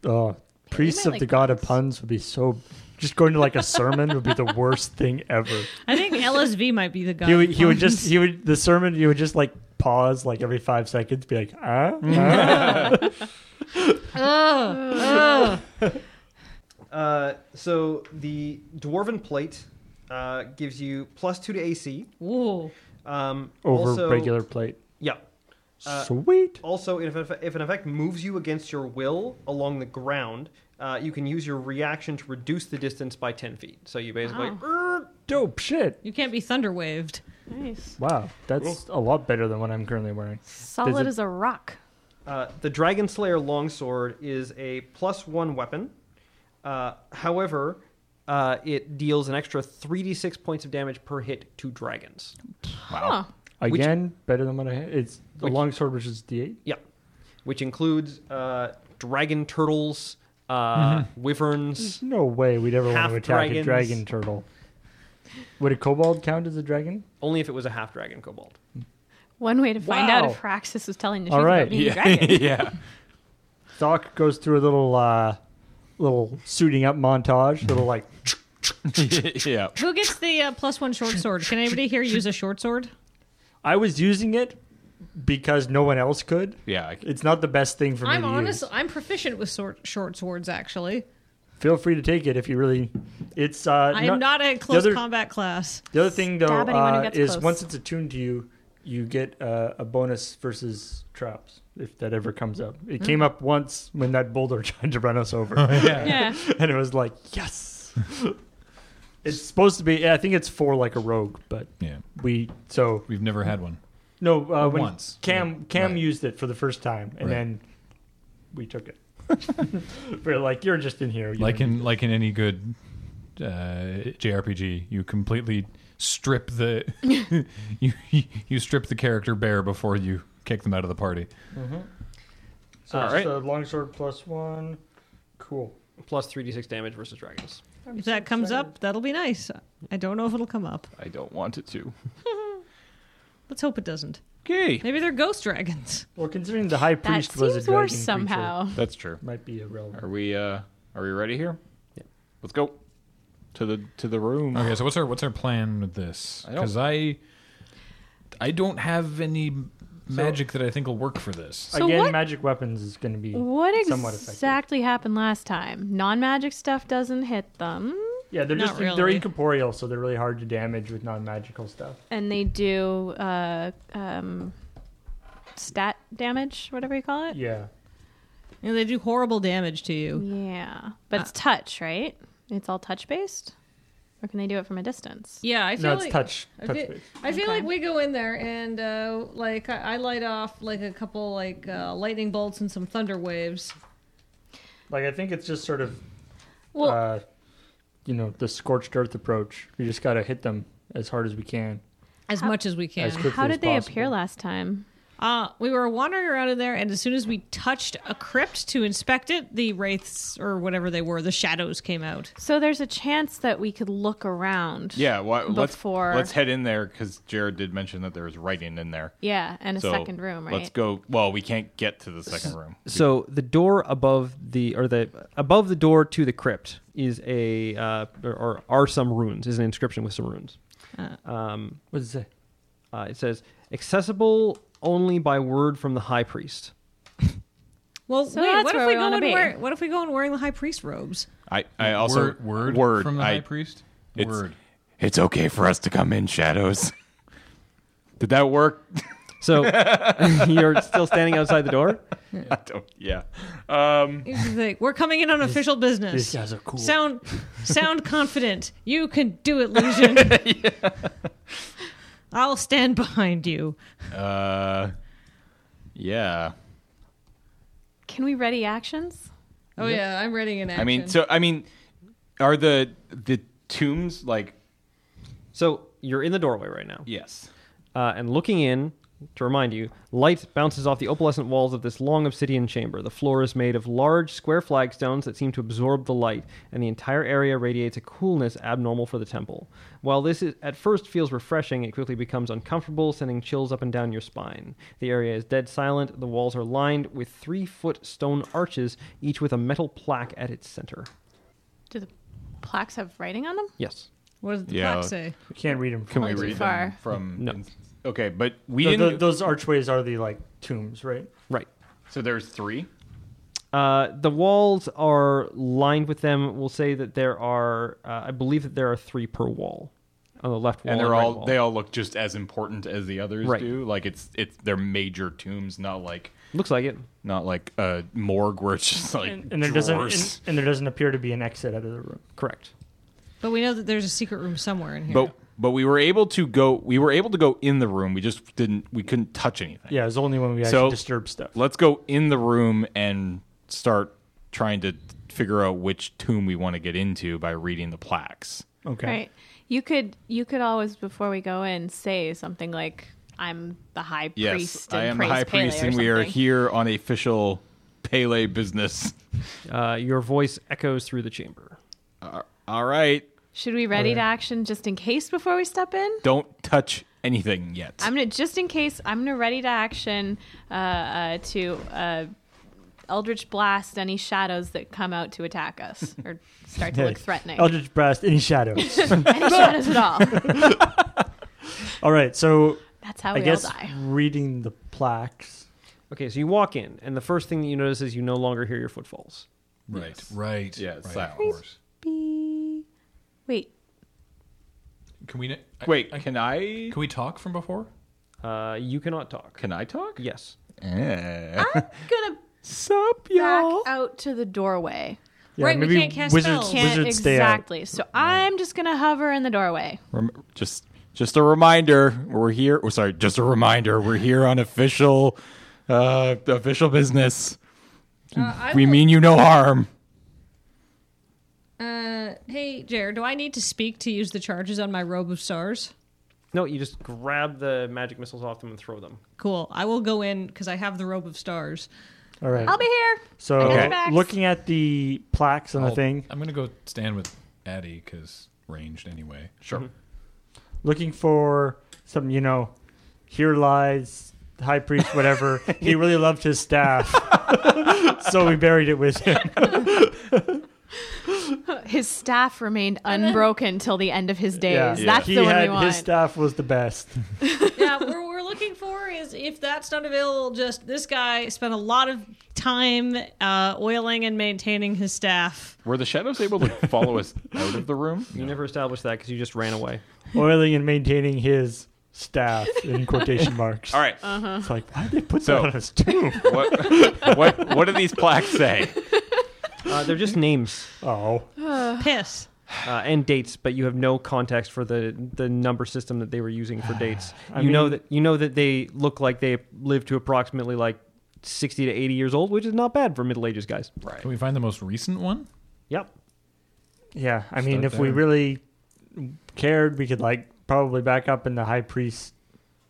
Speaker 3: Oh, priests
Speaker 4: might
Speaker 3: of
Speaker 4: like
Speaker 3: the god of
Speaker 4: puns.
Speaker 3: puns would be so. Just going to like a sermon would be the worst thing ever.
Speaker 6: I think LSV might be the guy.
Speaker 3: he would, he would
Speaker 6: [laughs]
Speaker 3: just he would the sermon he would just like pause like every five seconds be like ah,
Speaker 1: Mm-hmm. Uh, so the dwarven plate uh, gives you plus two to AC.
Speaker 6: Whoa.
Speaker 1: Um,
Speaker 3: over
Speaker 1: also,
Speaker 3: regular plate
Speaker 1: Yeah. Uh,
Speaker 3: sweet
Speaker 1: Also, if, if, if an effect moves you against your will along the ground, uh, you can use your reaction to reduce the distance by 10 feet. So you basically. "Er,
Speaker 3: dope shit
Speaker 6: You can't be thunder waved.
Speaker 4: Nice,
Speaker 3: wow that's a lot better than what I'm currently wearing
Speaker 4: solid
Speaker 3: it-
Speaker 4: as a rock.
Speaker 1: Uh, the Dragon Slayer longsword is a plus one weapon. Uh, however, uh, it deals an extra 3d6 points of damage per hit to dragons.
Speaker 4: Huh.
Speaker 3: again better than what I had it's the
Speaker 1: Which-
Speaker 3: longsword which is D8
Speaker 1: Yeah. Which includes uh, dragon turtles, uh, wyverns.
Speaker 3: no way we'd ever want
Speaker 1: Half
Speaker 3: to attack a
Speaker 1: dragons.
Speaker 3: dragon turtle would a kobold count as a dragon
Speaker 1: Only if it was a half dragon kobold.
Speaker 4: One way to find out
Speaker 3: Wow.
Speaker 4: if Praxis was telling the
Speaker 3: All
Speaker 4: truth
Speaker 3: right.
Speaker 4: about being
Speaker 3: [laughs]
Speaker 4: a dragon.
Speaker 5: [laughs] yeah.
Speaker 3: Doc goes through a little uh little suiting up montage
Speaker 5: [laughs]
Speaker 3: little like
Speaker 5: yeah. [laughs]
Speaker 6: Who gets the uh, plus one short sword? Can anybody here use a short sword?
Speaker 3: I was using it because no one else could
Speaker 5: Yeah. I c-
Speaker 3: it's not the best thing for me
Speaker 6: I'm
Speaker 3: to
Speaker 6: honest.
Speaker 3: use.
Speaker 6: I'm proficient with sword, short swords, actually.
Speaker 3: feel free to take it if you really it's uh
Speaker 6: I
Speaker 3: not-
Speaker 6: am not a close
Speaker 3: other-
Speaker 6: combat class.
Speaker 3: the other thing though
Speaker 4: Stab anyone who
Speaker 3: uh,
Speaker 4: gets
Speaker 3: is
Speaker 4: close.
Speaker 3: once it's attuned to you you get uh, a bonus versus traps if that ever comes up it came up once when that boulder [laughs] tried to run us
Speaker 5: [laughs]
Speaker 3: over
Speaker 5: Oh,
Speaker 4: yeah.
Speaker 3: and it was like yes it's supposed to be yeah, i think it's for like a rogue but
Speaker 2: Yeah.
Speaker 3: we so
Speaker 2: We've never had one.
Speaker 3: no uh, when
Speaker 2: Once.
Speaker 3: cam cam
Speaker 2: Right.
Speaker 3: used it for the first time and
Speaker 2: Right.
Speaker 3: then we took it [laughs] we're like you're just in here you
Speaker 2: Like
Speaker 3: don't-
Speaker 2: in like in any good uh, JRPG, you completely strip the
Speaker 4: [laughs]
Speaker 2: [laughs] you you strip the character bare before you kick them out of the party.
Speaker 3: so
Speaker 1: All
Speaker 3: it's
Speaker 1: right.
Speaker 3: just a longsword plus one cool
Speaker 1: Plus 3d6 damage versus dragons.
Speaker 6: If that comes up, that'll be nice. I don't know if it'll come up.
Speaker 5: I don't want it to.
Speaker 6: Let's hope it doesn't.
Speaker 5: Okay.
Speaker 6: Maybe they're ghost dragons. [laughs]
Speaker 3: Well, considering the high
Speaker 4: That
Speaker 3: priest was a
Speaker 4: seems
Speaker 3: dragon
Speaker 4: worse somehow.
Speaker 5: That's true.
Speaker 3: creature, might be a relevant.
Speaker 5: Are we uh are we ready here?
Speaker 1: Yeah.
Speaker 5: Let's go to the to the room.
Speaker 2: Okay, so what's our what's our plan with this?
Speaker 5: I don't-
Speaker 2: Because I I don't have any magic that I think will work for this.
Speaker 4: So
Speaker 3: Again,
Speaker 4: what-
Speaker 3: magic weapons is going to be
Speaker 4: What
Speaker 3: somewhat effective.
Speaker 4: exactly happened last time? Non-magic stuff doesn't hit them,
Speaker 3: Yeah, they're
Speaker 6: Not
Speaker 3: just they're
Speaker 6: really.
Speaker 3: incorporeal, so they're really hard to damage with non-magical stuff.
Speaker 4: and they do uh, um, stat damage, whatever you call it.
Speaker 3: Yeah,
Speaker 6: You know, they do horrible damage to you.
Speaker 4: Yeah, but
Speaker 5: Uh,
Speaker 4: it's touch, right? It's all touch based, or can they do it from a distance?
Speaker 6: Yeah, I feel
Speaker 3: no, it's
Speaker 6: like
Speaker 3: touch.
Speaker 6: I
Speaker 3: touch
Speaker 6: feel,
Speaker 3: base.
Speaker 6: I feel
Speaker 4: Okay.
Speaker 6: like we go in there and uh, like I, I light off like a couple like uh, lightning bolts and some thunder waves.
Speaker 3: Like I think it's just sort of,
Speaker 4: Well,
Speaker 3: uh, you know, the scorched earth approach. We just got to hit them as hard as we can.
Speaker 6: As
Speaker 4: How-
Speaker 6: much as we can.
Speaker 3: As quickly
Speaker 4: how
Speaker 3: as
Speaker 4: did they appear
Speaker 3: possible.
Speaker 4: last time?
Speaker 6: Uh, we were wandering around in there, and as soon as we touched a crypt to inspect it, the wraiths or whatever they were, the shadows came out.
Speaker 4: So there's a chance that we could look around.
Speaker 5: Yeah, well, let's
Speaker 4: Before-
Speaker 5: let's head in there cuz Jared did mention that there was writing in there.
Speaker 4: Yeah, and a
Speaker 5: so
Speaker 4: second room, right?
Speaker 5: Let's go. Well, we can't get to the second room.
Speaker 1: So the door above the or the above the door to the crypt is a uh, or, or are some runes is an inscription with some runes.
Speaker 3: What is it?
Speaker 1: Uh, it says accessible only by word from the high priest.
Speaker 6: Well,
Speaker 4: So
Speaker 6: wait,
Speaker 4: that's
Speaker 6: what if
Speaker 4: where
Speaker 6: we
Speaker 4: we
Speaker 6: go
Speaker 4: wanna
Speaker 6: and
Speaker 4: be.
Speaker 6: wear, what if we go and wearing the high priest robes?
Speaker 5: I, I also
Speaker 2: word, word,
Speaker 5: word
Speaker 2: from the
Speaker 5: I,
Speaker 2: high priest.
Speaker 5: It's-
Speaker 2: word.
Speaker 5: It's okay for us to come in shadows. [laughs] Did that work? [laughs]
Speaker 1: So [laughs] you're still standing outside the door.
Speaker 5: I don't, yeah.
Speaker 6: Here's the thing. We're coming in on official
Speaker 3: These
Speaker 6: business.
Speaker 3: guys are cool.
Speaker 6: Sound [laughs] sound confident. You can do it, [laughs] Legion. I'll stand behind you.
Speaker 5: Uh, yeah.
Speaker 4: Can we ready actions?
Speaker 6: Oh yeah, I'm ready in action.
Speaker 5: I mean, so I mean, are the the tombs like?
Speaker 1: So you're in the doorway right now.
Speaker 5: Yes.
Speaker 1: uh, and looking in, to remind you, light bounces off the opalescent walls of this long obsidian chamber. The floor is made of large square flagstones that seem to absorb the light, and the entire area radiates a coolness abnormal for the temple. While this is, at first feels refreshing, it quickly becomes uncomfortable, sending chills up and down your spine. The area is dead silent. The walls are lined with three foot stone arches, each with a metal plaque at its center.
Speaker 4: Do the plaques have writing on them?
Speaker 1: Yes.
Speaker 6: what does the
Speaker 5: Yeah.
Speaker 6: plaque say?
Speaker 3: We can't read them.
Speaker 5: Can
Speaker 4: Not
Speaker 5: we
Speaker 4: too
Speaker 5: read them
Speaker 4: far.
Speaker 2: [laughs]
Speaker 5: from?
Speaker 1: No.
Speaker 5: Okay, but we
Speaker 3: Th- th-
Speaker 5: didn't.
Speaker 3: those archways are the like tombs, right?
Speaker 1: Right.
Speaker 5: so there's three.
Speaker 1: Uh, the walls are lined with them. We'll say that there are, uh, I believe that there are three per wall on the left wall,
Speaker 5: and they're
Speaker 1: right
Speaker 5: all
Speaker 1: wall.
Speaker 5: they all look just as important as the others
Speaker 1: Right.
Speaker 5: do. Like it's it's they're major tombs, not like
Speaker 1: Looks like it.
Speaker 5: not like a morgue where it's just like
Speaker 3: And, and there doesn't
Speaker 5: drawers.
Speaker 3: and, and there doesn't appear to be an exit out of the room.
Speaker 1: Correct.
Speaker 6: But we know that there's a secret room somewhere in here.
Speaker 5: But but we were able to go we were able to go in the room. We just didn't we couldn't touch anything.
Speaker 3: Yeah, it's only when we actually
Speaker 5: So-
Speaker 3: disturb stuff.
Speaker 5: Let's go in the room and start trying to figure out which tomb we want to get into by reading the plaques.
Speaker 3: Okay.
Speaker 4: Right. You could you could always before we go in say something like I'm the high
Speaker 5: Yes,
Speaker 4: priest. And
Speaker 5: I am the
Speaker 4: praise
Speaker 5: high
Speaker 4: Pele,"
Speaker 5: priest
Speaker 4: or
Speaker 5: and we are
Speaker 4: something.
Speaker 5: here on official Pele business. [laughs]
Speaker 1: Uh, your voice echoes through the chamber.
Speaker 5: All right,
Speaker 4: Should
Speaker 3: Oh,
Speaker 4: we ready to action just in case before we step in?
Speaker 5: don't touch anything yet.
Speaker 4: I'm gonna just in case I'm gonna ready to action uh, uh, to uh, Eldritch blast any shadows that come out to attack us or start
Speaker 3: [laughs]
Speaker 4: to look threatening.
Speaker 3: Eldritch Blast, any shadows.
Speaker 4: [laughs] any shadows at all?
Speaker 3: [laughs] all right, so
Speaker 4: That's how
Speaker 3: I
Speaker 4: Oh, we
Speaker 3: guess
Speaker 4: all die.
Speaker 3: reading the plaques.
Speaker 1: Okay, so you walk in, and the first thing that you notice is you no longer hear your footfalls.
Speaker 2: Right, right.
Speaker 5: Yeah,
Speaker 2: right,
Speaker 5: silence.
Speaker 2: Of course.
Speaker 4: Wait,
Speaker 2: Can we? n- I-
Speaker 5: Wait,
Speaker 2: I, can,
Speaker 5: can I
Speaker 2: we talk from before?
Speaker 1: Uh, you cannot talk.
Speaker 5: can I talk? Ah,
Speaker 1: yes.
Speaker 5: Yeah.
Speaker 4: gonna
Speaker 5: Sup,
Speaker 4: back
Speaker 5: y'all?
Speaker 4: out to the doorway.
Speaker 3: Yeah,
Speaker 6: Right, we
Speaker 3: maybe
Speaker 6: can't cast
Speaker 3: wizards,
Speaker 6: spells.
Speaker 4: Can't
Speaker 3: wizards stay out.
Speaker 4: exactly. So I'm just gonna hover in the doorway.
Speaker 5: Rem- just just a reminder, we're here. Oh, sorry, just a reminder, we're here on official uh official business. we mean you no harm.
Speaker 6: Uh, hey, Jer, do I need to speak to use the charges on my robe of stars?
Speaker 1: No, you just grab the magic missiles off them and throw them.
Speaker 6: Cool. I will go in because I have the robe of stars.
Speaker 3: All right.
Speaker 4: I'll be here.
Speaker 3: so
Speaker 4: I got
Speaker 5: Okay.
Speaker 4: your backs.
Speaker 3: looking at the plaques on the
Speaker 2: I'll-
Speaker 3: thing,
Speaker 2: I'm gonna go stand with Addy because ranged anyway.
Speaker 5: Sure.
Speaker 3: looking for some, you know, here lies the high priest, whatever.
Speaker 4: [laughs]
Speaker 3: he really loved his staff, so we buried it with him.
Speaker 4: His staff remained unbroken till the end of his days. That's
Speaker 3: he
Speaker 4: the one
Speaker 3: had
Speaker 4: we want.
Speaker 3: his staff was the best.
Speaker 6: [laughs] yeah, what we're looking for is if that's not available, just this guy spent a lot of time uh, oiling and maintaining his staff.
Speaker 5: Were the shadows able to follow us out of the [laughs] room?
Speaker 1: You never established that because you just ran away.
Speaker 3: oiling and maintaining his staff in
Speaker 4: [laughs]
Speaker 3: quotation marks.
Speaker 5: All right.
Speaker 3: It's like, why did they put
Speaker 5: So-
Speaker 3: that on his tomb?
Speaker 5: What, what what do these plaques say?
Speaker 1: Uh, they're just names
Speaker 3: Oh.
Speaker 6: Piss.
Speaker 1: uh, and dates, but you have no context for the the number system that they were using for dates.
Speaker 3: [sighs] I
Speaker 1: you know
Speaker 3: mean-
Speaker 1: that you know that they look like they lived to approximately like sixty to eighty years old, which is not bad for Middle Ages guys.
Speaker 5: Right.
Speaker 2: Can we find the most recent one?
Speaker 1: Yep.
Speaker 3: Yeah, I mean,
Speaker 2: Start
Speaker 3: if we
Speaker 2: there.
Speaker 3: really cared, we could like probably back up in the high priest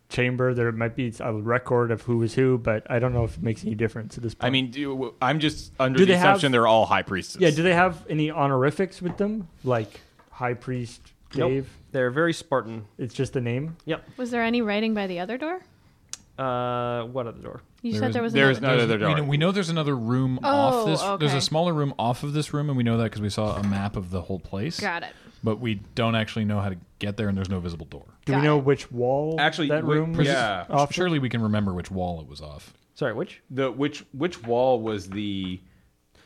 Speaker 3: chamber. There might be a record of who was who, but I don't know if it makes any difference at this point.
Speaker 5: I mean, do, I'm just under
Speaker 3: Do
Speaker 5: the
Speaker 3: they have-
Speaker 5: assumption they're all high priestesses.
Speaker 3: yeah, do they have any honorifics with them, like high priest
Speaker 1: Nope.
Speaker 3: Dave?
Speaker 1: They're very Spartan.
Speaker 3: It's just the name.
Speaker 4: Was there any writing by the other door?
Speaker 1: Uh, what other door?
Speaker 4: You
Speaker 2: There
Speaker 4: said
Speaker 2: is-
Speaker 4: there was
Speaker 5: there
Speaker 4: another
Speaker 5: is no other
Speaker 2: We know,
Speaker 5: door.
Speaker 2: we know there's another room off
Speaker 4: Oh,
Speaker 2: this. There's
Speaker 4: okay.
Speaker 2: a smaller room off of this room, and we know that because we saw a map of the whole place.
Speaker 4: Got it.
Speaker 2: But we don't actually know how to get there, and there's no visible door.
Speaker 3: Do
Speaker 4: Got
Speaker 3: we know
Speaker 4: it.
Speaker 3: which wall
Speaker 5: Actually,
Speaker 3: that
Speaker 5: wait,
Speaker 3: room?
Speaker 5: pres- yeah.
Speaker 3: Was off
Speaker 2: Surely we can remember which wall it was off.
Speaker 1: Sorry, which?
Speaker 5: The which which wall was the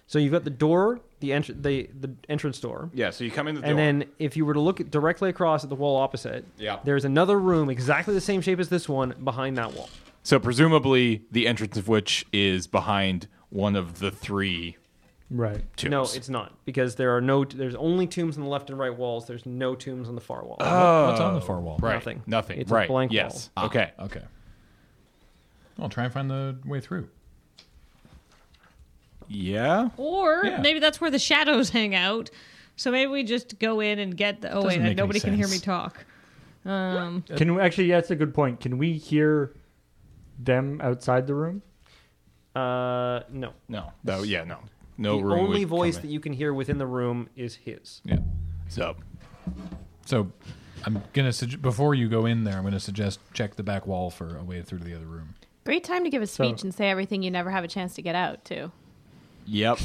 Speaker 1: So you've got the door, the entr- the the entrance door,
Speaker 5: yeah? So you come in the
Speaker 1: and
Speaker 5: door.
Speaker 1: then if you were to look at- directly across at the wall opposite,
Speaker 5: Yeah.
Speaker 1: there's another room exactly the same shape as this one behind that wall.
Speaker 5: so presumably the entrance of which is behind one of the three
Speaker 3: Right.
Speaker 5: tombs.
Speaker 1: No, it's not because there are no. There's only tombs on the left and right walls. There's no tombs on the far wall.
Speaker 2: What's on the far wall?
Speaker 5: right.
Speaker 1: nothing.
Speaker 5: Nothing.
Speaker 1: It's a
Speaker 5: right.
Speaker 1: blank
Speaker 5: yes. Ah.
Speaker 1: wall.
Speaker 5: Oh, Okay.
Speaker 2: Okay. I'll try and find the way through.
Speaker 5: Yeah.
Speaker 6: Or
Speaker 2: Yeah.
Speaker 6: maybe that's where the shadows hang out. So maybe we just go in and get the. Oh
Speaker 2: Doesn't
Speaker 6: wait,
Speaker 2: make any
Speaker 6: nobody can hear me
Speaker 2: sense.
Speaker 6: talk. Um,
Speaker 5: uh,
Speaker 3: Can we, actually? Yeah, that's a good point. Can we hear them outside the room?
Speaker 1: Uh, no.
Speaker 5: No. No. Yeah. No. No
Speaker 1: the
Speaker 5: room.
Speaker 1: only
Speaker 5: would come
Speaker 1: voice
Speaker 5: in.
Speaker 1: that you can hear within the room is his.
Speaker 2: Yeah.
Speaker 5: So
Speaker 2: So I'm gonna sug- before you go in there, I'm gonna suggest check the back wall for a way through to the other room.
Speaker 4: Great time to give a speech and say everything you never have a chance to get out to.
Speaker 5: Yep.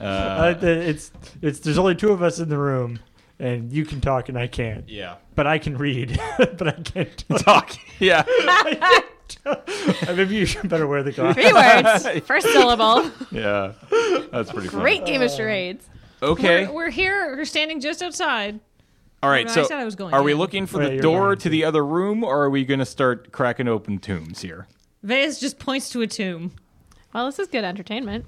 Speaker 3: Uh, th- it's it's. There's only two of us in the room, and you can talk and I can't.
Speaker 5: Yeah.
Speaker 3: But I can read, [laughs] but I can't talk.
Speaker 5: [laughs] Talk. Yeah.
Speaker 3: I [laughs] Maybe you should better wear the glasses.
Speaker 4: Three words, first syllable.
Speaker 5: Yeah. That's pretty funny.
Speaker 4: Great game of charades.
Speaker 5: Okay.
Speaker 6: we're, we're here. We're standing just outside.
Speaker 5: All right.
Speaker 6: Well,
Speaker 5: So
Speaker 6: I said I was going
Speaker 5: are we
Speaker 6: in.
Speaker 5: looking for
Speaker 3: Yeah,
Speaker 5: the
Speaker 3: you're
Speaker 5: door
Speaker 3: going
Speaker 5: to the other room, or are we going to start cracking open tombs here?
Speaker 6: Vez just points to a tomb.
Speaker 4: Well, this is good entertainment.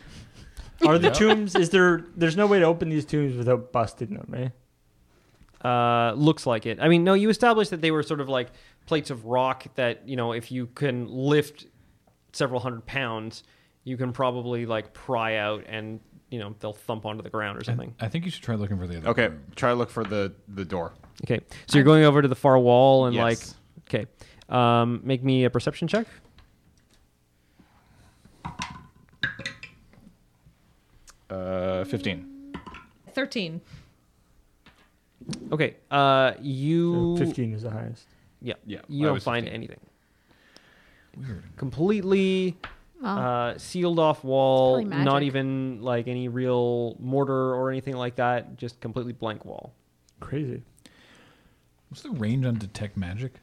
Speaker 3: [laughs] Are the tombs? Is there? There's no way to open these tombs without busting them, eh?
Speaker 1: Uh, looks like it. I mean, no, you established that they were sort of like plates of rock that you know, if you can lift several hundred pounds, you can probably like pry out and you know they'll thump onto the ground or something.
Speaker 2: I think you should try looking for the other.
Speaker 5: Okay.
Speaker 2: room.
Speaker 5: Try to look for the the door.
Speaker 1: Okay, so you're going over to the far wall and
Speaker 5: Yes.
Speaker 1: like, okay, um, make me a perception check.
Speaker 5: Uh, fifteen.
Speaker 6: Thirteen.
Speaker 1: Okay, uh, you
Speaker 3: Fifteen is the highest.
Speaker 1: Yeah,
Speaker 5: Yeah,
Speaker 1: You
Speaker 5: I
Speaker 1: don't
Speaker 5: was
Speaker 1: find
Speaker 5: 15.
Speaker 1: anything.
Speaker 2: Weird.
Speaker 1: Completely
Speaker 4: Well,
Speaker 1: uh, sealed off wall.
Speaker 4: Probably magic.
Speaker 1: Not even like any real mortar or anything like that. Just completely blank wall.
Speaker 3: Crazy.
Speaker 2: What's the range on detect magic?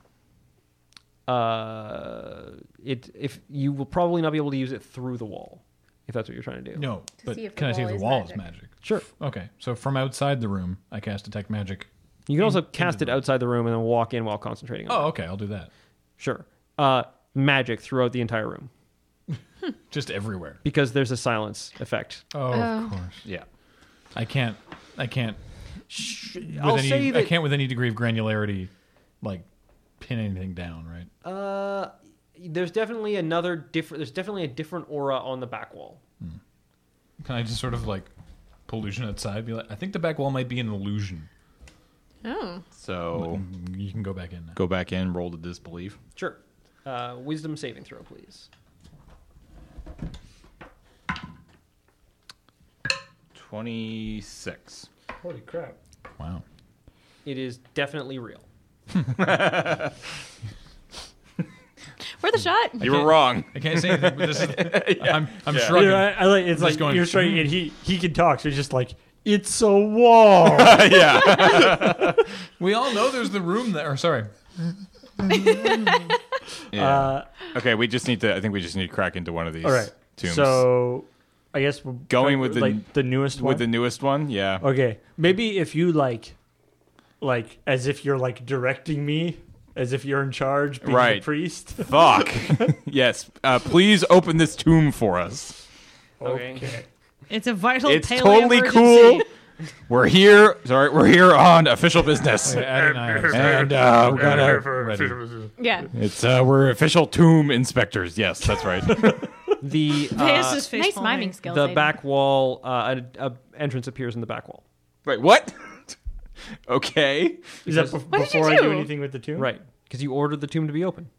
Speaker 1: Uh, it if you will probably not be able to use it through the wall, if that's what you're trying to do.
Speaker 2: No,
Speaker 7: To
Speaker 2: but
Speaker 7: see if the
Speaker 2: can I see if
Speaker 7: wall
Speaker 2: the
Speaker 7: is
Speaker 2: wall
Speaker 7: magic.
Speaker 2: is magic?
Speaker 1: Sure.
Speaker 2: Okay, so from outside the room, I cast detect magic.
Speaker 1: You can also
Speaker 2: In- in
Speaker 1: cast
Speaker 2: the
Speaker 1: it
Speaker 2: room.
Speaker 1: outside the room and then walk in while concentrating. On
Speaker 2: Oh,
Speaker 1: it.
Speaker 2: okay, I'll do that.
Speaker 1: Sure. Uh, magic throughout the entire room
Speaker 2: Just everywhere.
Speaker 1: because there's a silence effect.
Speaker 2: Oh,
Speaker 4: Oh.
Speaker 2: of course.
Speaker 5: Yeah.
Speaker 2: I can't. I can't. With
Speaker 1: I'll
Speaker 2: any,
Speaker 1: say
Speaker 2: I
Speaker 1: that-
Speaker 2: can't with any degree of granularity, like pin anything down. Right.
Speaker 1: Uh, there's definitely another different. There's definitely a different aura on the back wall.
Speaker 2: Can I just sort of like pollution outside? Be like, I think the back wall might be an illusion.
Speaker 4: oh,
Speaker 5: So
Speaker 2: You can go back in now.
Speaker 5: go back in. Roll to disbelieve.
Speaker 1: Sure. Uh, wisdom saving throw, please.
Speaker 5: Twenty six.
Speaker 3: Holy crap!
Speaker 2: Wow.
Speaker 1: It is definitely real.
Speaker 4: we're the shot.
Speaker 5: You were wrong.
Speaker 2: I can't say anything. But this is. [laughs] I'm. I'm
Speaker 5: Yeah.
Speaker 2: shrugging.
Speaker 3: I, I like. It's
Speaker 2: Just
Speaker 3: like
Speaker 2: going,
Speaker 3: you're showing it. He he can talk, so he's just like it's a wall.
Speaker 5: yeah.
Speaker 2: We all know there's the room that. Or sorry.
Speaker 3: uh,
Speaker 5: okay. We just need to. I think we just need to crack into one of these.
Speaker 3: all right.
Speaker 5: Tombs.
Speaker 3: So I guess we're
Speaker 5: Going with the-
Speaker 3: like the newest one.
Speaker 5: with the newest one, yeah.
Speaker 3: Okay, maybe if you like, like as if you're like directing me, as if you're in charge, being
Speaker 5: Right.
Speaker 3: the priest.
Speaker 5: Fuck.
Speaker 3: [laughs]
Speaker 5: yes. Uh, please open this tomb for us.
Speaker 1: Okay.
Speaker 6: It's a vital.
Speaker 5: It's
Speaker 6: paleo
Speaker 5: totally
Speaker 6: emergency.
Speaker 5: cool. We're here. Sorry, we're here on official business.
Speaker 2: Okay, Adam and I are-
Speaker 5: And uh, we're gonna,
Speaker 2: Ready.
Speaker 4: Yeah.
Speaker 5: it's uh, we're official tomb inspectors. Yes,
Speaker 3: [laughs]
Speaker 5: that's right.
Speaker 1: The
Speaker 6: Vez
Speaker 1: uh,
Speaker 6: is face
Speaker 4: Nice
Speaker 6: palming.
Speaker 4: miming skills.
Speaker 1: the
Speaker 4: Aiden.
Speaker 1: back wall uh, a, a entrance appears in the back wall.
Speaker 5: Wait, what? okay.
Speaker 3: Is that bef-
Speaker 4: did you
Speaker 3: before I do
Speaker 4: do?
Speaker 3: anything with the tomb?
Speaker 1: Right. Because you ordered the tomb to be open.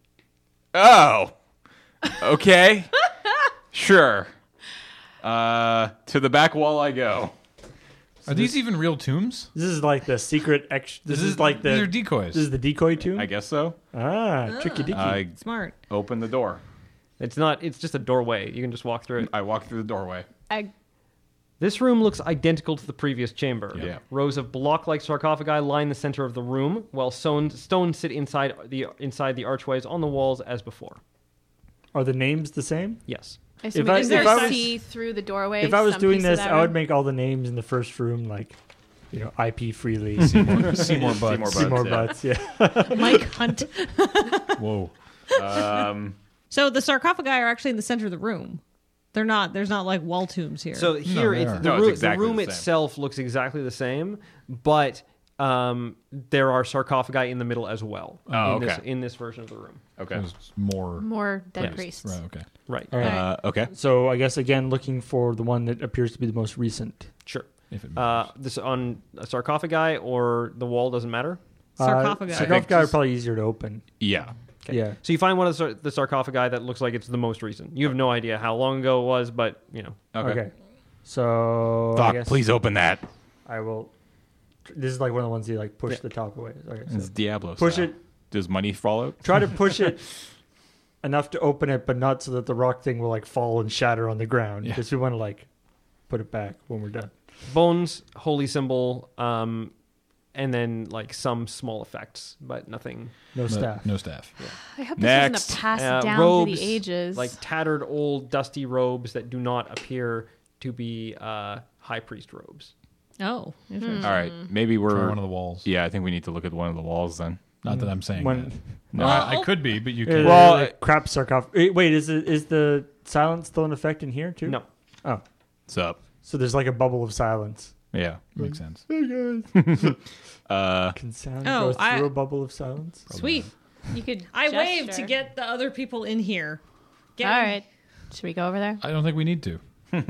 Speaker 5: Oh. Okay. sure. Uh, to the back wall I go.
Speaker 2: Are these even real tombs?
Speaker 3: This is like the secret. Ex- this, is, like
Speaker 2: these are
Speaker 3: the.
Speaker 2: decoys.
Speaker 3: This is the decoy tomb.
Speaker 5: I Uh, guess so.
Speaker 3: ah, tricky dicky.
Speaker 5: I
Speaker 6: Smart. [laughs]
Speaker 5: open the door.
Speaker 1: It's not. It's just a doorway. You can just walk through it.
Speaker 5: I walk through the doorway.
Speaker 4: I,
Speaker 1: This room looks identical to the previous chamber.
Speaker 5: Yeah. Yeah.
Speaker 1: Rows of block-like sarcophagi line the center of the room, while sewn, stones sit inside the inside the archways on the walls as before.
Speaker 3: Are the names the same?
Speaker 1: Yes.
Speaker 4: I assume
Speaker 3: I-
Speaker 4: we
Speaker 6: if
Speaker 4: can
Speaker 6: I was-
Speaker 4: see through the doorway.
Speaker 3: if I was
Speaker 4: some
Speaker 3: doing
Speaker 4: piece of
Speaker 3: this,
Speaker 4: that
Speaker 3: I would
Speaker 4: room.
Speaker 3: make all the names in the first room like, you know, IP freely.
Speaker 2: Seymour
Speaker 5: [laughs] Seymour
Speaker 2: Butts.
Speaker 5: Butts.
Speaker 3: Seymour
Speaker 5: yeah.
Speaker 3: Butts. Yeah.
Speaker 6: Mike Hunt.
Speaker 2: [laughs] Whoa.
Speaker 5: Um,
Speaker 6: So the sarcophagi are actually in the center of the room. They're not. There's not like wall tombs here.
Speaker 3: uh,
Speaker 1: So here,
Speaker 2: they
Speaker 1: it's,
Speaker 2: are.
Speaker 1: the,
Speaker 5: No, it's
Speaker 1: roo-
Speaker 5: exactly
Speaker 1: the room
Speaker 5: the same.
Speaker 1: itself looks exactly the same, but um, there are sarcophagi in the middle as well.
Speaker 5: Oh,
Speaker 1: in, this,
Speaker 5: okay.
Speaker 1: in this version of the room.
Speaker 5: okay.
Speaker 2: That was more.
Speaker 4: more dead
Speaker 2: Yes.
Speaker 4: priests.
Speaker 2: Right, okay.
Speaker 1: Right.
Speaker 3: All right.
Speaker 5: Uh, okay.
Speaker 3: So I guess again, looking for the one that appears to be the most recent.
Speaker 1: Sure.
Speaker 2: If it
Speaker 1: Uh, this on a sarcophagi or the wall doesn't matter.
Speaker 3: Uh,
Speaker 6: Sarcophagi.
Speaker 3: sarcophagi are probably easier to open.
Speaker 5: Yeah.
Speaker 3: Yeah.
Speaker 1: So you find one of the, sar- the sarcophagi that looks like it's the most recent. You have no idea how long ago it was, but you know.
Speaker 5: Okay.
Speaker 3: Okay. So I
Speaker 5: Doc,
Speaker 3: guess
Speaker 5: please open that.
Speaker 3: I will. This is like one of the ones you like push the top away. Okay, so
Speaker 5: It's Diablo.
Speaker 3: push
Speaker 5: style.
Speaker 3: it.
Speaker 5: Does money fall out? [laughs]
Speaker 3: Try to push it enough to open it, but not so that the rock thing will like fall and shatter on the ground.
Speaker 2: Yeah.
Speaker 3: Because we want to like put it back when we're done.
Speaker 1: bones, holy symbol, um, and then like some small effects, but nothing.
Speaker 3: No
Speaker 2: No
Speaker 3: staff.
Speaker 2: No staff.
Speaker 4: I hope this
Speaker 5: Next.
Speaker 4: isn't a pass
Speaker 1: Uh,
Speaker 4: down
Speaker 1: robes,
Speaker 4: through the ages.
Speaker 1: like tattered old dusty robes that do not appear to be uh, high priest robes.
Speaker 6: oh, interesting.
Speaker 3: Mm.
Speaker 5: All right. Maybe
Speaker 2: Try
Speaker 5: we're.
Speaker 2: one of the walls.
Speaker 5: yeah, I think we need to look at one of the walls then.
Speaker 2: Not that I'm saying
Speaker 3: When-
Speaker 2: that.
Speaker 5: No.
Speaker 6: Well,
Speaker 2: I, I could be, but you
Speaker 3: Uh,
Speaker 2: can.
Speaker 5: Well,
Speaker 3: like, crap sarcophagi. Wait, is it is the silence still in effect in here too?
Speaker 1: No,
Speaker 3: Oh,
Speaker 5: What's up?
Speaker 3: so there's like a bubble of silence.
Speaker 5: Yeah.
Speaker 2: makes sense.
Speaker 5: Uh,
Speaker 3: Can sound
Speaker 6: Oh,
Speaker 3: go
Speaker 6: I-
Speaker 3: through a bubble of silence?
Speaker 6: sweet.
Speaker 4: you could.
Speaker 6: I
Speaker 4: gesture.
Speaker 6: waved to get the other people in here. Get
Speaker 4: All
Speaker 6: in.
Speaker 4: right. Should we go over there?
Speaker 2: I don't think we need to.
Speaker 4: Fair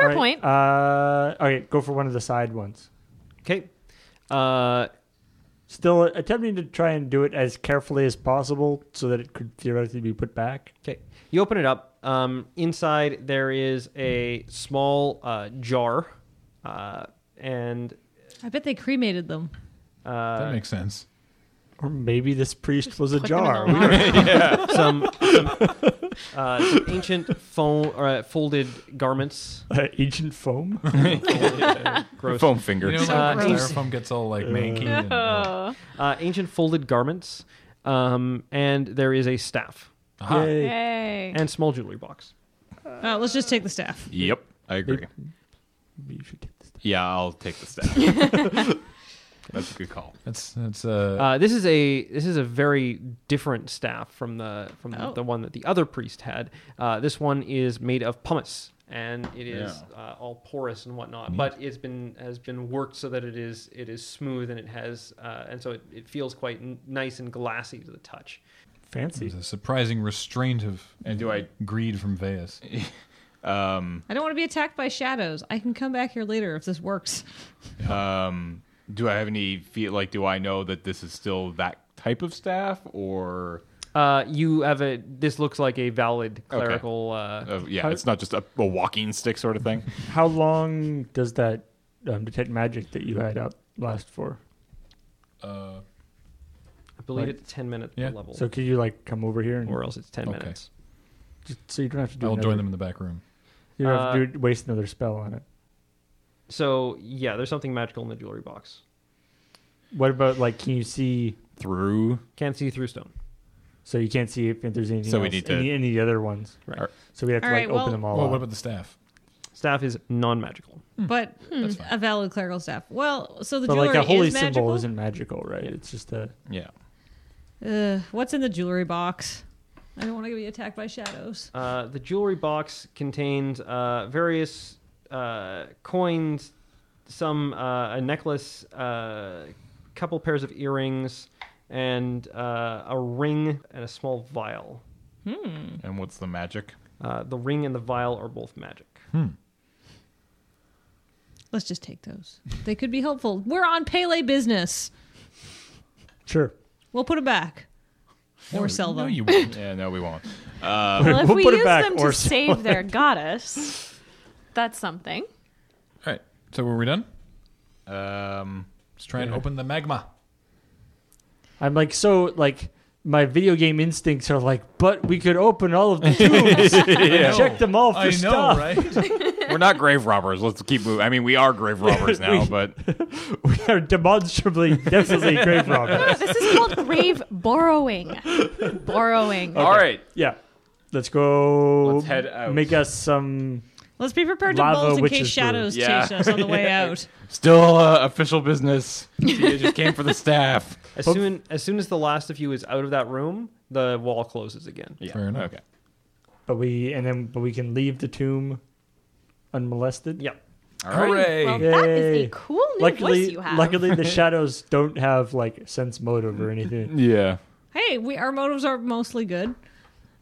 Speaker 3: All right,
Speaker 4: point.
Speaker 3: Uh, all right, go for one of the side ones.
Speaker 1: okay. Uh,
Speaker 3: Still attempting to try and do it as carefully as possible so that it could theoretically be put back.
Speaker 1: Okay. You open it up. Um, inside there is a small uh, jar, uh, and
Speaker 6: I bet they cremated them.
Speaker 1: uh,
Speaker 2: That makes sense.
Speaker 3: Or maybe this priest was a
Speaker 4: Put them in the
Speaker 3: [laughs] jar.
Speaker 4: locker. [laughs]
Speaker 1: some, some uh, some ancient foam or, uh, folded garments.
Speaker 3: Uh, ancient
Speaker 4: [laughs]
Speaker 3: foam.
Speaker 1: Gross.
Speaker 2: You
Speaker 5: foam
Speaker 2: know,
Speaker 5: fingers.
Speaker 2: like
Speaker 1: Uh,
Speaker 2: when
Speaker 1: he's-
Speaker 2: styrofoam gets all like manky. and, uh,
Speaker 4: Oh.
Speaker 1: Uh, ancient folded garments, um, and there is a staff
Speaker 2: aha.
Speaker 3: Yay.
Speaker 4: Yay.
Speaker 1: and small jewelry box.
Speaker 6: Uh, let's just take the staff.
Speaker 5: yep. I agree.
Speaker 3: Maybe you should get this.
Speaker 5: Yeah, I'll take the staff. [laughs] That's a good call.
Speaker 2: That's that's uh,
Speaker 1: Uh, this is a this is a very different staff from the from
Speaker 6: Oh.
Speaker 1: the one that the other priest had. Uh, this one is made of pumice, and it is
Speaker 5: Yeah.
Speaker 1: uh, all porous and whatnot. But it's been has been worked so that it is it is smooth and it has uh, and so it, it feels quite n- nice and glassy to the touch.
Speaker 3: Fancy.
Speaker 2: there's a surprising restraint of
Speaker 5: And do I?
Speaker 2: greed from Veus.
Speaker 5: Um.
Speaker 6: I don't want to be attacked by shadows. I can come back here later if this works.
Speaker 5: Um. Do I have any feel like? Do I know that this is still that type of staff, or
Speaker 1: Uh, you have a this looks like a valid clerical. Uh,
Speaker 5: uh, yeah, it's not just a, a walking stick sort
Speaker 2: [laughs]
Speaker 5: of thing?
Speaker 3: How long does that um, detect magic that you had up last for?
Speaker 2: Uh,
Speaker 1: I believe
Speaker 3: Right.
Speaker 1: it's ten minute
Speaker 2: Yeah.
Speaker 1: level,
Speaker 3: So could you like come over here and
Speaker 1: or else it's ten
Speaker 2: Okay.
Speaker 1: minutes.
Speaker 3: just, so you don't have to do?
Speaker 2: I'll
Speaker 3: another,
Speaker 2: join them in the back room.
Speaker 3: You don't have
Speaker 1: Uh,
Speaker 3: to do, waste another spell on it.
Speaker 1: So yeah, there's something magical in the jewelry box.
Speaker 3: What about like? Can you see?
Speaker 5: Through.
Speaker 1: Can't see through stone.
Speaker 3: So you can't see if, if there's anything
Speaker 5: So we
Speaker 3: else,
Speaker 5: need to-
Speaker 3: any, any of the other ones.
Speaker 1: Right.
Speaker 5: Alright.
Speaker 3: So we have to
Speaker 6: Alright,
Speaker 3: like open
Speaker 6: well-
Speaker 3: them all
Speaker 2: Well,
Speaker 3: up.
Speaker 2: what about the staff?
Speaker 1: Staff is non-magical.
Speaker 3: Hmm.
Speaker 6: But a valid clerical staff. Well, so the
Speaker 3: but
Speaker 6: jewelry
Speaker 3: like a holy
Speaker 6: is
Speaker 3: symbol
Speaker 6: magical.
Speaker 3: isn't magical, right? It's just a
Speaker 5: Yeah.
Speaker 6: Uh, what's in the jewelry box? I don't want to be attacked by shadows.
Speaker 1: Uh, the jewelry box contains uh, various uh, coins, some uh, a necklace, uh, couple pairs of earrings, and uh, a ring and a small vial.
Speaker 5: And what's the magic?
Speaker 1: Uh, the ring and the vial are both magic.
Speaker 6: Let's just take those. They could be helpful. We're on Pele business.
Speaker 3: sure.
Speaker 6: We'll put it back. Or sell them.
Speaker 2: No, you won't.
Speaker 5: Yeah. No, we won't.
Speaker 3: [laughs]
Speaker 4: Well, if
Speaker 3: We'll
Speaker 4: we
Speaker 3: put it
Speaker 4: use
Speaker 3: back
Speaker 4: them
Speaker 3: or
Speaker 4: to
Speaker 5: [laughs]
Speaker 4: save their goddess, that's something.
Speaker 2: All right. So were we done?
Speaker 5: Um,
Speaker 2: Let's try and open the magma.
Speaker 3: I'm like so like my video game instincts are like, but we could open all of
Speaker 5: [laughs]
Speaker 3: the tubes and check them all for
Speaker 2: I know,
Speaker 3: stuff.
Speaker 2: right?
Speaker 5: we're not grave robbers. Let's keep moving. I mean, we are grave robbers
Speaker 3: [laughs]
Speaker 5: now,
Speaker 3: We-
Speaker 5: but
Speaker 3: [laughs] We are demonstrably definitely grave robbers.
Speaker 4: This is called grave borrowing. Borrowing.
Speaker 5: all right.
Speaker 3: Yeah, let's go.
Speaker 5: Let's head out.
Speaker 3: Make us some.
Speaker 6: Let's be prepared to
Speaker 3: Lava
Speaker 6: bolt in
Speaker 3: witch's
Speaker 6: case
Speaker 3: brew.
Speaker 6: shadows
Speaker 5: Yeah.
Speaker 6: chase us on
Speaker 5: [laughs]
Speaker 6: the way out.
Speaker 5: Still uh, official business. Tia just came for the staff.
Speaker 1: As soon as soon as the last of you is out of that room, the wall closes again.
Speaker 5: [laughs] Yeah.
Speaker 2: Fair enough.
Speaker 5: Okay.
Speaker 3: But we and then but we can leave the tomb unmolested.
Speaker 1: Yep.
Speaker 5: All right.
Speaker 2: Hooray!
Speaker 4: Well, that is
Speaker 3: Yay.
Speaker 4: a cool new voice
Speaker 3: Luckily,
Speaker 4: you have.
Speaker 3: luckily
Speaker 4: [laughs]
Speaker 3: the shadows don't have like sense motive or anything.
Speaker 5: Yeah.
Speaker 6: Hey, we our motives are mostly good.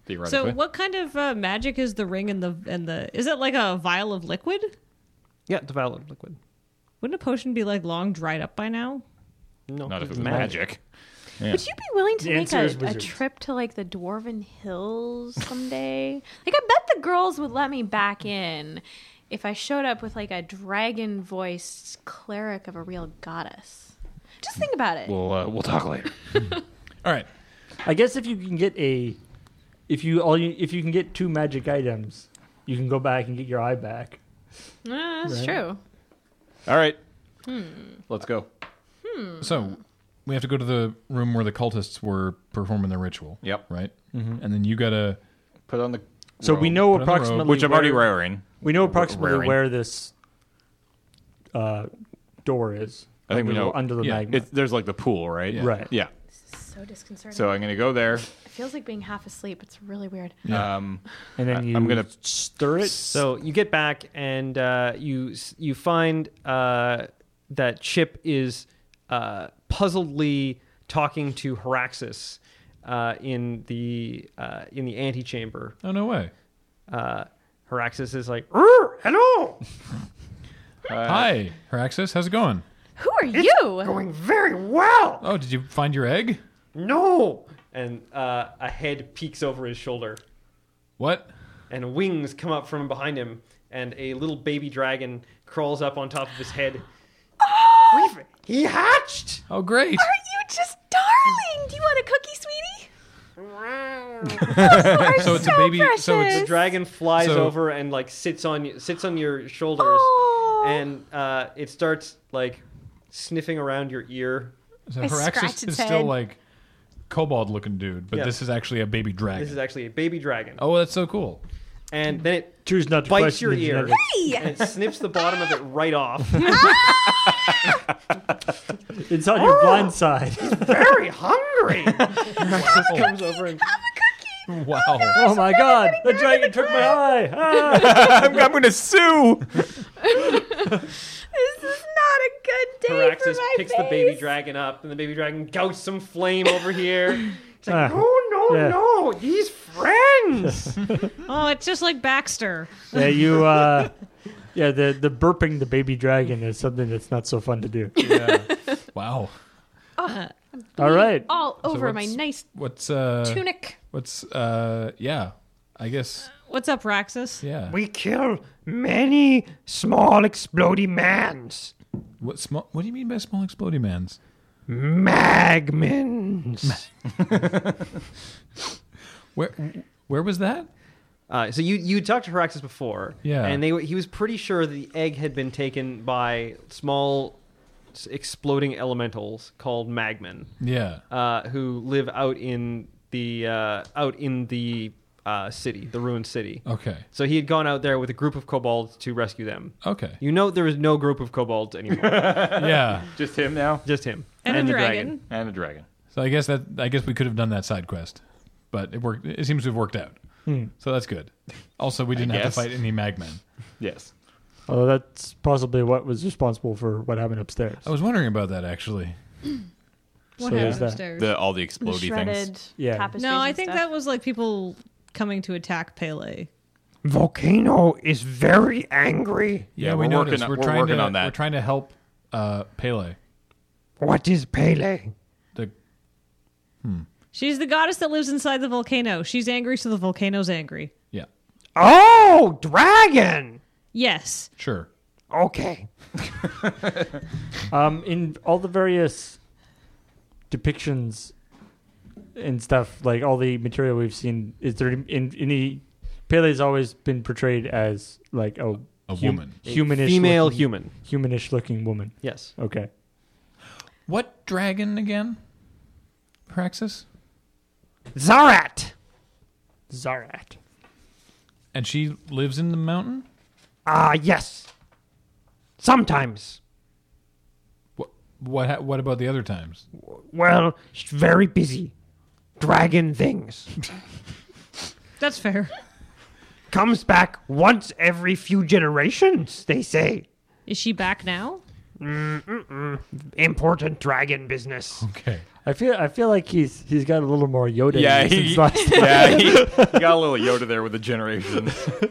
Speaker 6: So,
Speaker 5: Theoretically.
Speaker 6: what kind of uh, magic is the ring and the and the? Is it like a vial of liquid?
Speaker 1: Yeah, it's valid liquid.
Speaker 6: Wouldn't a potion be like long dried up by now?
Speaker 1: No,
Speaker 5: Not if it
Speaker 1: it's
Speaker 5: was magic.
Speaker 4: Would you be willing
Speaker 3: The
Speaker 4: to make
Speaker 3: answer is
Speaker 4: a, a
Speaker 3: wizards.
Speaker 4: trip to like the Dwarven Hills someday? Like, I bet the girls would let me back in if I showed up with like a dragon voiced cleric of a real goddess. Just think about it.
Speaker 5: We'll uh, we'll talk later.
Speaker 2: All right.
Speaker 3: I guess if you can get a, if you all you if you can get two magic items, you can go back and get your eye back.
Speaker 4: Ah, that's true.
Speaker 5: [laughs] All right.
Speaker 3: Hmm.
Speaker 5: Let's go.
Speaker 2: So we have to go to the room where the cultists were performing their ritual.
Speaker 5: Yep.
Speaker 2: Right.
Speaker 1: Mm-hmm.
Speaker 2: And then you gotta.
Speaker 5: Put on the.
Speaker 3: So we
Speaker 5: robe,
Speaker 3: know
Speaker 2: Put it on the robe.
Speaker 3: approximately
Speaker 5: which I'm already
Speaker 3: where-
Speaker 5: wearing.
Speaker 3: We know approximately
Speaker 5: wearing.
Speaker 3: where this uh, door is.
Speaker 5: I think we
Speaker 3: Under the-
Speaker 5: know-
Speaker 3: under the
Speaker 2: yeah,
Speaker 3: magma.
Speaker 5: It's, there's like the pool, right?
Speaker 2: Yeah.
Speaker 3: Right.
Speaker 5: Yeah.
Speaker 4: So disconcerting.
Speaker 5: So I'm gonna go there.
Speaker 4: it feels like being half asleep. It's really weird.
Speaker 2: Yeah.
Speaker 5: Um,
Speaker 3: And then you
Speaker 5: I'm gonna
Speaker 3: stir it.
Speaker 1: So you get back and uh, you you find uh, that Chip is uh, puzzledly talking to Haraxis uh, in the uh, in the antechamber.
Speaker 2: oh no way.
Speaker 1: Uh, Haraxis is like, "Er, "Hello, Uh,
Speaker 2: Hi, Haraxis. How's it going?
Speaker 4: Who are you?
Speaker 1: going very well."
Speaker 2: Oh, did you find your egg?
Speaker 1: No, and uh, a head peeks over his shoulder,
Speaker 2: What?
Speaker 1: and wings come up from behind him, and a little baby dragon crawls up on top of his head. We've- He hatched.
Speaker 2: Oh, great.
Speaker 4: Aren't you just darling? Do you want a cookie, sweetie? You are
Speaker 2: So it's a baby- so it's a
Speaker 1: the dragon flies
Speaker 2: So-
Speaker 1: over and like sits on you, sits on your shoulders,
Speaker 4: Oh.
Speaker 1: and uh, it starts like sniffing around your ear.
Speaker 2: So
Speaker 4: I
Speaker 2: Haraxis
Speaker 4: scratched
Speaker 2: is
Speaker 4: its
Speaker 2: still
Speaker 4: head.
Speaker 2: like kobold-looking dude, but
Speaker 1: Yeah.
Speaker 2: this is actually a baby dragon.
Speaker 1: This is actually a baby dragon,
Speaker 2: oh, that's
Speaker 1: [laughs]
Speaker 2: so cool.
Speaker 1: and then it
Speaker 3: Choose not to
Speaker 1: bites
Speaker 3: question
Speaker 1: your
Speaker 3: the
Speaker 1: ear and
Speaker 3: genetics.
Speaker 1: it snips the bottom of it right
Speaker 4: [laughs]
Speaker 1: off.
Speaker 3: It's on
Speaker 4: Oh!
Speaker 3: your blind
Speaker 4: [laughs]
Speaker 3: side.
Speaker 1: Very [laughs] hungry. comes over and
Speaker 2: Wow.
Speaker 3: oh my god! The dragon took my eye. Ah!
Speaker 5: I'm, I'm gonna [laughs] sue.
Speaker 4: This is not a good day for
Speaker 1: Paraxis
Speaker 4: my
Speaker 1: picks
Speaker 4: face.
Speaker 1: the baby dragon up, and the baby dragon gouts some flame over here. It's like,
Speaker 3: Ah,
Speaker 1: oh no,
Speaker 3: yeah.
Speaker 1: no, he's
Speaker 3: [laughs]
Speaker 1: friends.
Speaker 6: Oh, it's just like Baxter.
Speaker 3: [laughs] yeah, you. Uh, yeah, the the burping the baby dragon is something that's not so fun to do.
Speaker 2: yeah. Wow.
Speaker 3: All right.
Speaker 4: all over my
Speaker 2: what's-
Speaker 4: nice
Speaker 2: What's uh?
Speaker 4: tunic.
Speaker 2: What's uh? Yeah. I guess.
Speaker 6: What's up, Raxus?
Speaker 2: Yeah.
Speaker 1: We kill many small explodey mans.
Speaker 2: What small? What do you mean by small exploding mans?
Speaker 1: Magmans.
Speaker 2: [laughs] Where? Where was that?
Speaker 1: Uh, so you you talked to Haraxis before,
Speaker 2: Yeah.
Speaker 1: and they were- he was pretty sure the egg had been taken by small s- exploding elementals called magmen,
Speaker 2: Yeah.
Speaker 1: uh, who live out in the uh, out in the uh, city, the ruined city.
Speaker 5: Oh.
Speaker 2: Okay.
Speaker 1: So he had gone out there with a group of kobolds to rescue them.
Speaker 2: Okay.
Speaker 1: You know there is no group of kobolds anymore,
Speaker 5: [laughs]
Speaker 2: Yeah.
Speaker 5: Just him now
Speaker 1: just him.
Speaker 6: And, a
Speaker 5: the
Speaker 6: dragon.
Speaker 5: and a dragon.
Speaker 2: So I guess that I guess we could have done that side quest, but it worked. It seems to have worked out.
Speaker 1: Hmm.
Speaker 2: So that's good. Also, we didn't have
Speaker 5: guess.
Speaker 2: to fight any magmen.
Speaker 5: Yes.
Speaker 3: Oh, that's possibly what was responsible for what happened upstairs.
Speaker 2: I was wondering about that actually.
Speaker 6: What
Speaker 3: So there's
Speaker 6: happened
Speaker 3: that.
Speaker 6: upstairs?
Speaker 5: The all the
Speaker 4: The
Speaker 5: explodey
Speaker 4: shredded
Speaker 5: things.
Speaker 3: Yeah.
Speaker 4: tapestries
Speaker 6: no, I
Speaker 4: and
Speaker 6: think
Speaker 4: stuff.
Speaker 6: that was like people coming to attack Pele.
Speaker 7: Volcano is very angry.
Speaker 5: Yeah, we're working
Speaker 2: noticed.
Speaker 5: on-
Speaker 2: we're
Speaker 5: we're
Speaker 2: trying
Speaker 5: working
Speaker 2: to,
Speaker 5: on that.
Speaker 2: We're trying to help uh, Pele.
Speaker 7: What is Pele?
Speaker 2: The
Speaker 6: She's the goddess that lives inside the volcano. She's angry, so the volcano's angry.
Speaker 2: yeah,
Speaker 7: Oh, dragon!
Speaker 6: Yes.
Speaker 2: sure.
Speaker 7: Okay.
Speaker 3: Um, in all the various depictions and stuff, like all the material we've seen, is there in any Pele's always been portrayed as like a,
Speaker 2: A
Speaker 3: hum-
Speaker 2: woman.
Speaker 3: humanish
Speaker 1: female
Speaker 3: looking,
Speaker 1: human.
Speaker 3: humanish looking woman.
Speaker 1: Yes.
Speaker 3: Okay,
Speaker 2: What dragon again? Praxis?
Speaker 7: Zarat!
Speaker 3: Zarat.
Speaker 2: And she lives in the mountain?
Speaker 7: Ah, yes. Sometimes.
Speaker 2: What, what, ha- what about the other times?
Speaker 7: Well, she's very busy. Dragon things. [laughs]
Speaker 6: That's fair.
Speaker 7: Comes back once every few generations, they say.
Speaker 6: Is she back now?
Speaker 7: Important dragon
Speaker 3: [laughs]
Speaker 7: business.
Speaker 2: Okay.
Speaker 3: I feel I feel like he's he's got a little more Yoda. in
Speaker 5: Yeah,
Speaker 3: him
Speaker 5: he- [laughs]
Speaker 3: since [laughs] last-
Speaker 5: yeah, he, he got a little Yoda there with the generation. [laughs]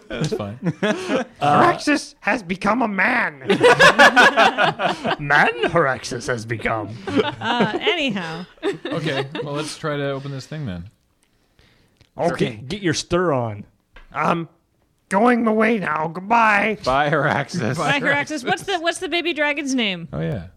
Speaker 2: That's fine.
Speaker 3: Uh.
Speaker 7: Araxis has become a
Speaker 3: [laughs]
Speaker 7: man.
Speaker 3: man Haraxus has become.
Speaker 6: Uh, anyhow,
Speaker 2: Okay. Well, let's try to open this thing then.
Speaker 7: Okay.
Speaker 3: Get your stir on.
Speaker 7: I'm going my way now. Goodbye.
Speaker 5: By Araxis.
Speaker 6: by Heraxis, what's the what's the baby dragon's name?
Speaker 2: Oh, yeah.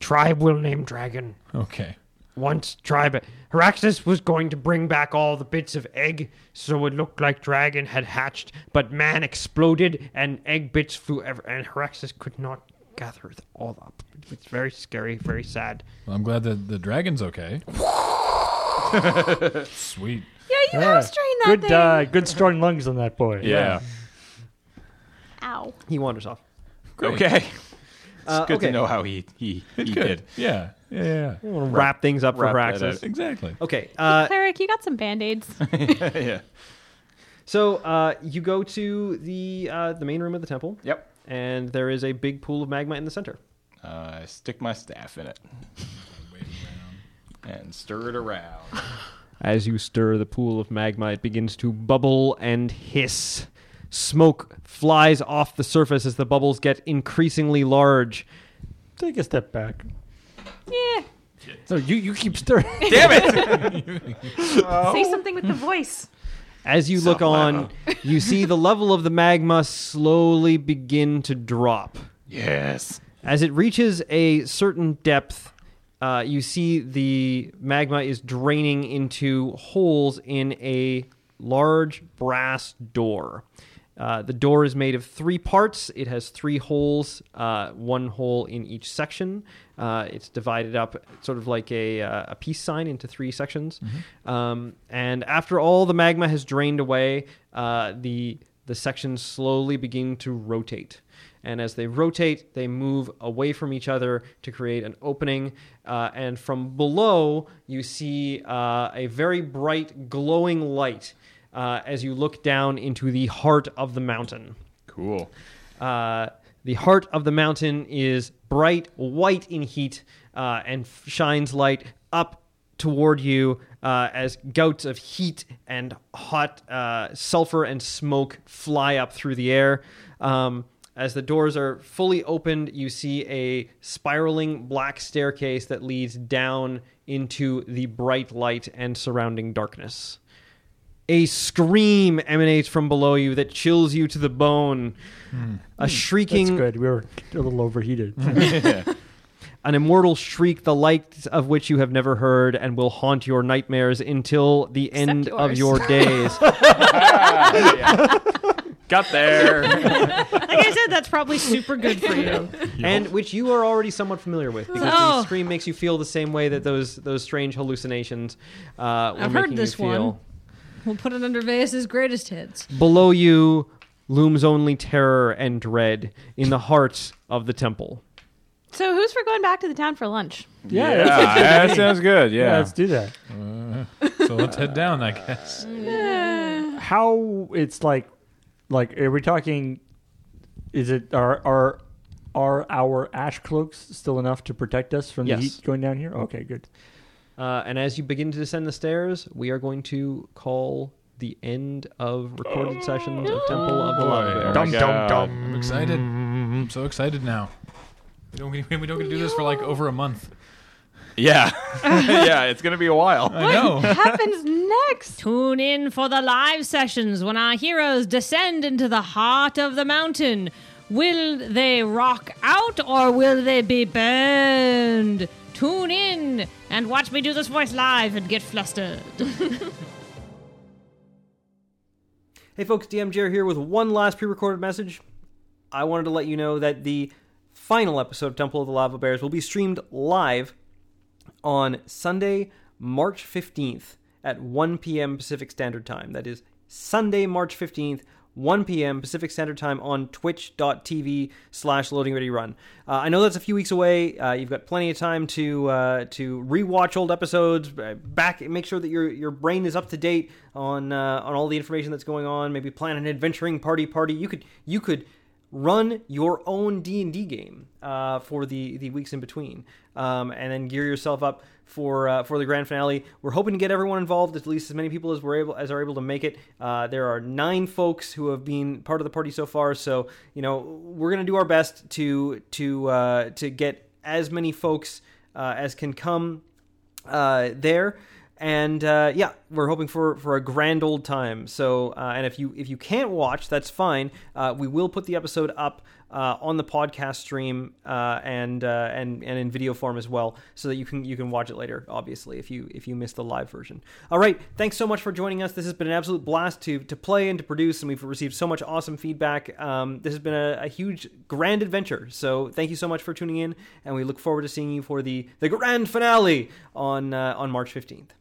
Speaker 7: Tribe will name dragon.
Speaker 2: Okay.
Speaker 7: Once tribe. Haraxis was going to bring back all the bits of egg so it looked like dragon had hatched, but man exploded and egg bits flew ever. And Haraxis could not gather it all up. It's very scary, very sad.
Speaker 2: Well, I'm glad that the dragon's [laughs] okay. Sweet.
Speaker 4: Yeah, you
Speaker 3: Yeah.
Speaker 4: yeah. strain that
Speaker 3: Good
Speaker 4: thing.
Speaker 3: uh, good strong lungs on that boy.
Speaker 5: Yeah.
Speaker 4: Ow.
Speaker 1: He wanders off.
Speaker 2: Great.
Speaker 5: Okay. [laughs] It's
Speaker 1: Uh,
Speaker 5: good
Speaker 1: okay.
Speaker 5: to know how he he, he did.
Speaker 2: Yeah. Yeah. yeah, yeah.
Speaker 1: Wrap, things up for
Speaker 5: wrap that
Speaker 1: Haraxis.
Speaker 5: up.
Speaker 2: Exactly.
Speaker 1: Okay. Uh,
Speaker 4: Cleric, you got some band aids.
Speaker 5: [laughs] yeah.
Speaker 1: so uh, you go to the uh, the main room of the temple,
Speaker 5: Yep.
Speaker 1: and there is a big pool of magma in the center.
Speaker 5: Uh, I stick my staff in it [laughs] and stir it around.
Speaker 1: As you stir the pool of magma, it begins to bubble and hiss. Smoke flies off the surface as the bubbles get increasingly large.
Speaker 3: Take a step back.
Speaker 4: Yeah.
Speaker 3: No, you, you keep stirring.
Speaker 5: Damn it!
Speaker 4: Say something with the voice.
Speaker 1: As you look on, you see the level of the magma slowly begin to drop.
Speaker 5: yes.
Speaker 1: As it reaches a certain depth, uh, you see the magma is draining into holes in a large brass door. Uh, the door is made of three parts. It has three holes, uh, one hole in each section. Uh, it's divided up sort of like a, uh, a peace sign into three sections. Um, and after all the magma has drained away, uh, the, the sections slowly begin to rotate and as they rotate, they move away from each other to create an opening. Uh, and from below, you see uh, a very bright, glowing light uh, as you look down into the heart of the mountain.
Speaker 5: Cool.
Speaker 1: Uh, the heart of the mountain is bright white in heat uh, and f- shines light up toward you uh, as gouts of heat and hot uh, sulfur and smoke fly up through the air. Um, as the doors are fully opened, you see a spiraling black staircase that leads down into the bright light and surrounding darkness. A scream emanates from below you that chills you to the bone. A
Speaker 6: Hmm.
Speaker 3: That's
Speaker 1: shrieking,
Speaker 3: good. [laughs] We were a little overheated.
Speaker 1: an immortal shriek, the likes of which you have never heard and will haunt your nightmares until the end of
Speaker 4: yours.
Speaker 1: your days.
Speaker 5: Got there.
Speaker 6: Like I said, that's probably [laughs] super good for you.
Speaker 1: and which you are already somewhat familiar with because
Speaker 6: Oh.
Speaker 1: the scream makes you feel the same way that those those strange hallucinations uh, were
Speaker 6: I've heard
Speaker 1: making
Speaker 6: this
Speaker 1: you
Speaker 6: one.
Speaker 1: feel.
Speaker 6: We'll put it under Veas's greatest hits.
Speaker 1: Below you looms only terror and dread in the heart of the temple.
Speaker 4: So who's for going back to the town for lunch?
Speaker 3: yeah,
Speaker 5: yeah, that sounds good.
Speaker 3: yeah,
Speaker 5: Yeah.
Speaker 3: let's do that.
Speaker 2: So let's head down, I guess.
Speaker 3: How it's like, like are we talking? Is it are are are our ash cloaks still enough to protect us from the
Speaker 1: Yes.
Speaker 3: heat going down here? Okay, good.
Speaker 1: Uh, and as you begin to descend the stairs, we are going to call the end of recorded sessions of Temple
Speaker 5: Oh,
Speaker 1: of the Lava Bear.
Speaker 5: Dum, dum,
Speaker 2: I'm excited. I'm so excited now. We don't, we don't get [laughs] to do this for like over a month.
Speaker 5: Yeah. [laughs] yeah, it's going to be a while.
Speaker 2: I know.
Speaker 4: Happens [laughs] next.
Speaker 6: Tune in for the live sessions when our heroes descend into the heart of the mountain, Will they rock out or will they be burned? Tune in and watch me do this voice live and get flustered.
Speaker 1: Hey folks, DM Jer here with one last pre-recorded message. I wanted to let you know that the final episode of Temple of the Lava Bears will be streamed live on Sunday, March 15th at 1 p.m. Pacific Standard Time. That is Sunday, March 15th, 1 p.m. Pacific Standard Time on twitch.tv slash loading ready run. Uh, I know that's a few weeks away. Uh, you've got plenty of time to uh, to rewatch old episodes, uh, back make sure that your your brain is up to date on uh, on all the information that's going on. Maybe plan an adventuring party party. You could you could run your own d&d game uh, for the, the weeks in between um, and then gear yourself up for uh, for the grand finale we're hoping to get everyone involved at least as many people as we're able as are able to make it uh, there are nine folks who have been part of the party so far so you know we're going to do our best to to uh, to get as many folks uh, as can come uh, there. And uh, yeah, we're hoping for, for a grand old time. So, uh, and if you if you can't watch, that's fine. Uh, we will put the episode up uh, on the podcast stream uh, and uh, and and in video form as well, so that you can you can watch it later. Obviously, if you if you miss the live version. All right, thanks so much for joining us. This has been an absolute blast to to play and to produce, and we've received so much awesome feedback. Um, this has been a, a huge grand adventure. So thank you so much for tuning in, and we look forward to seeing you for the the grand finale on uh, on March fifteenth.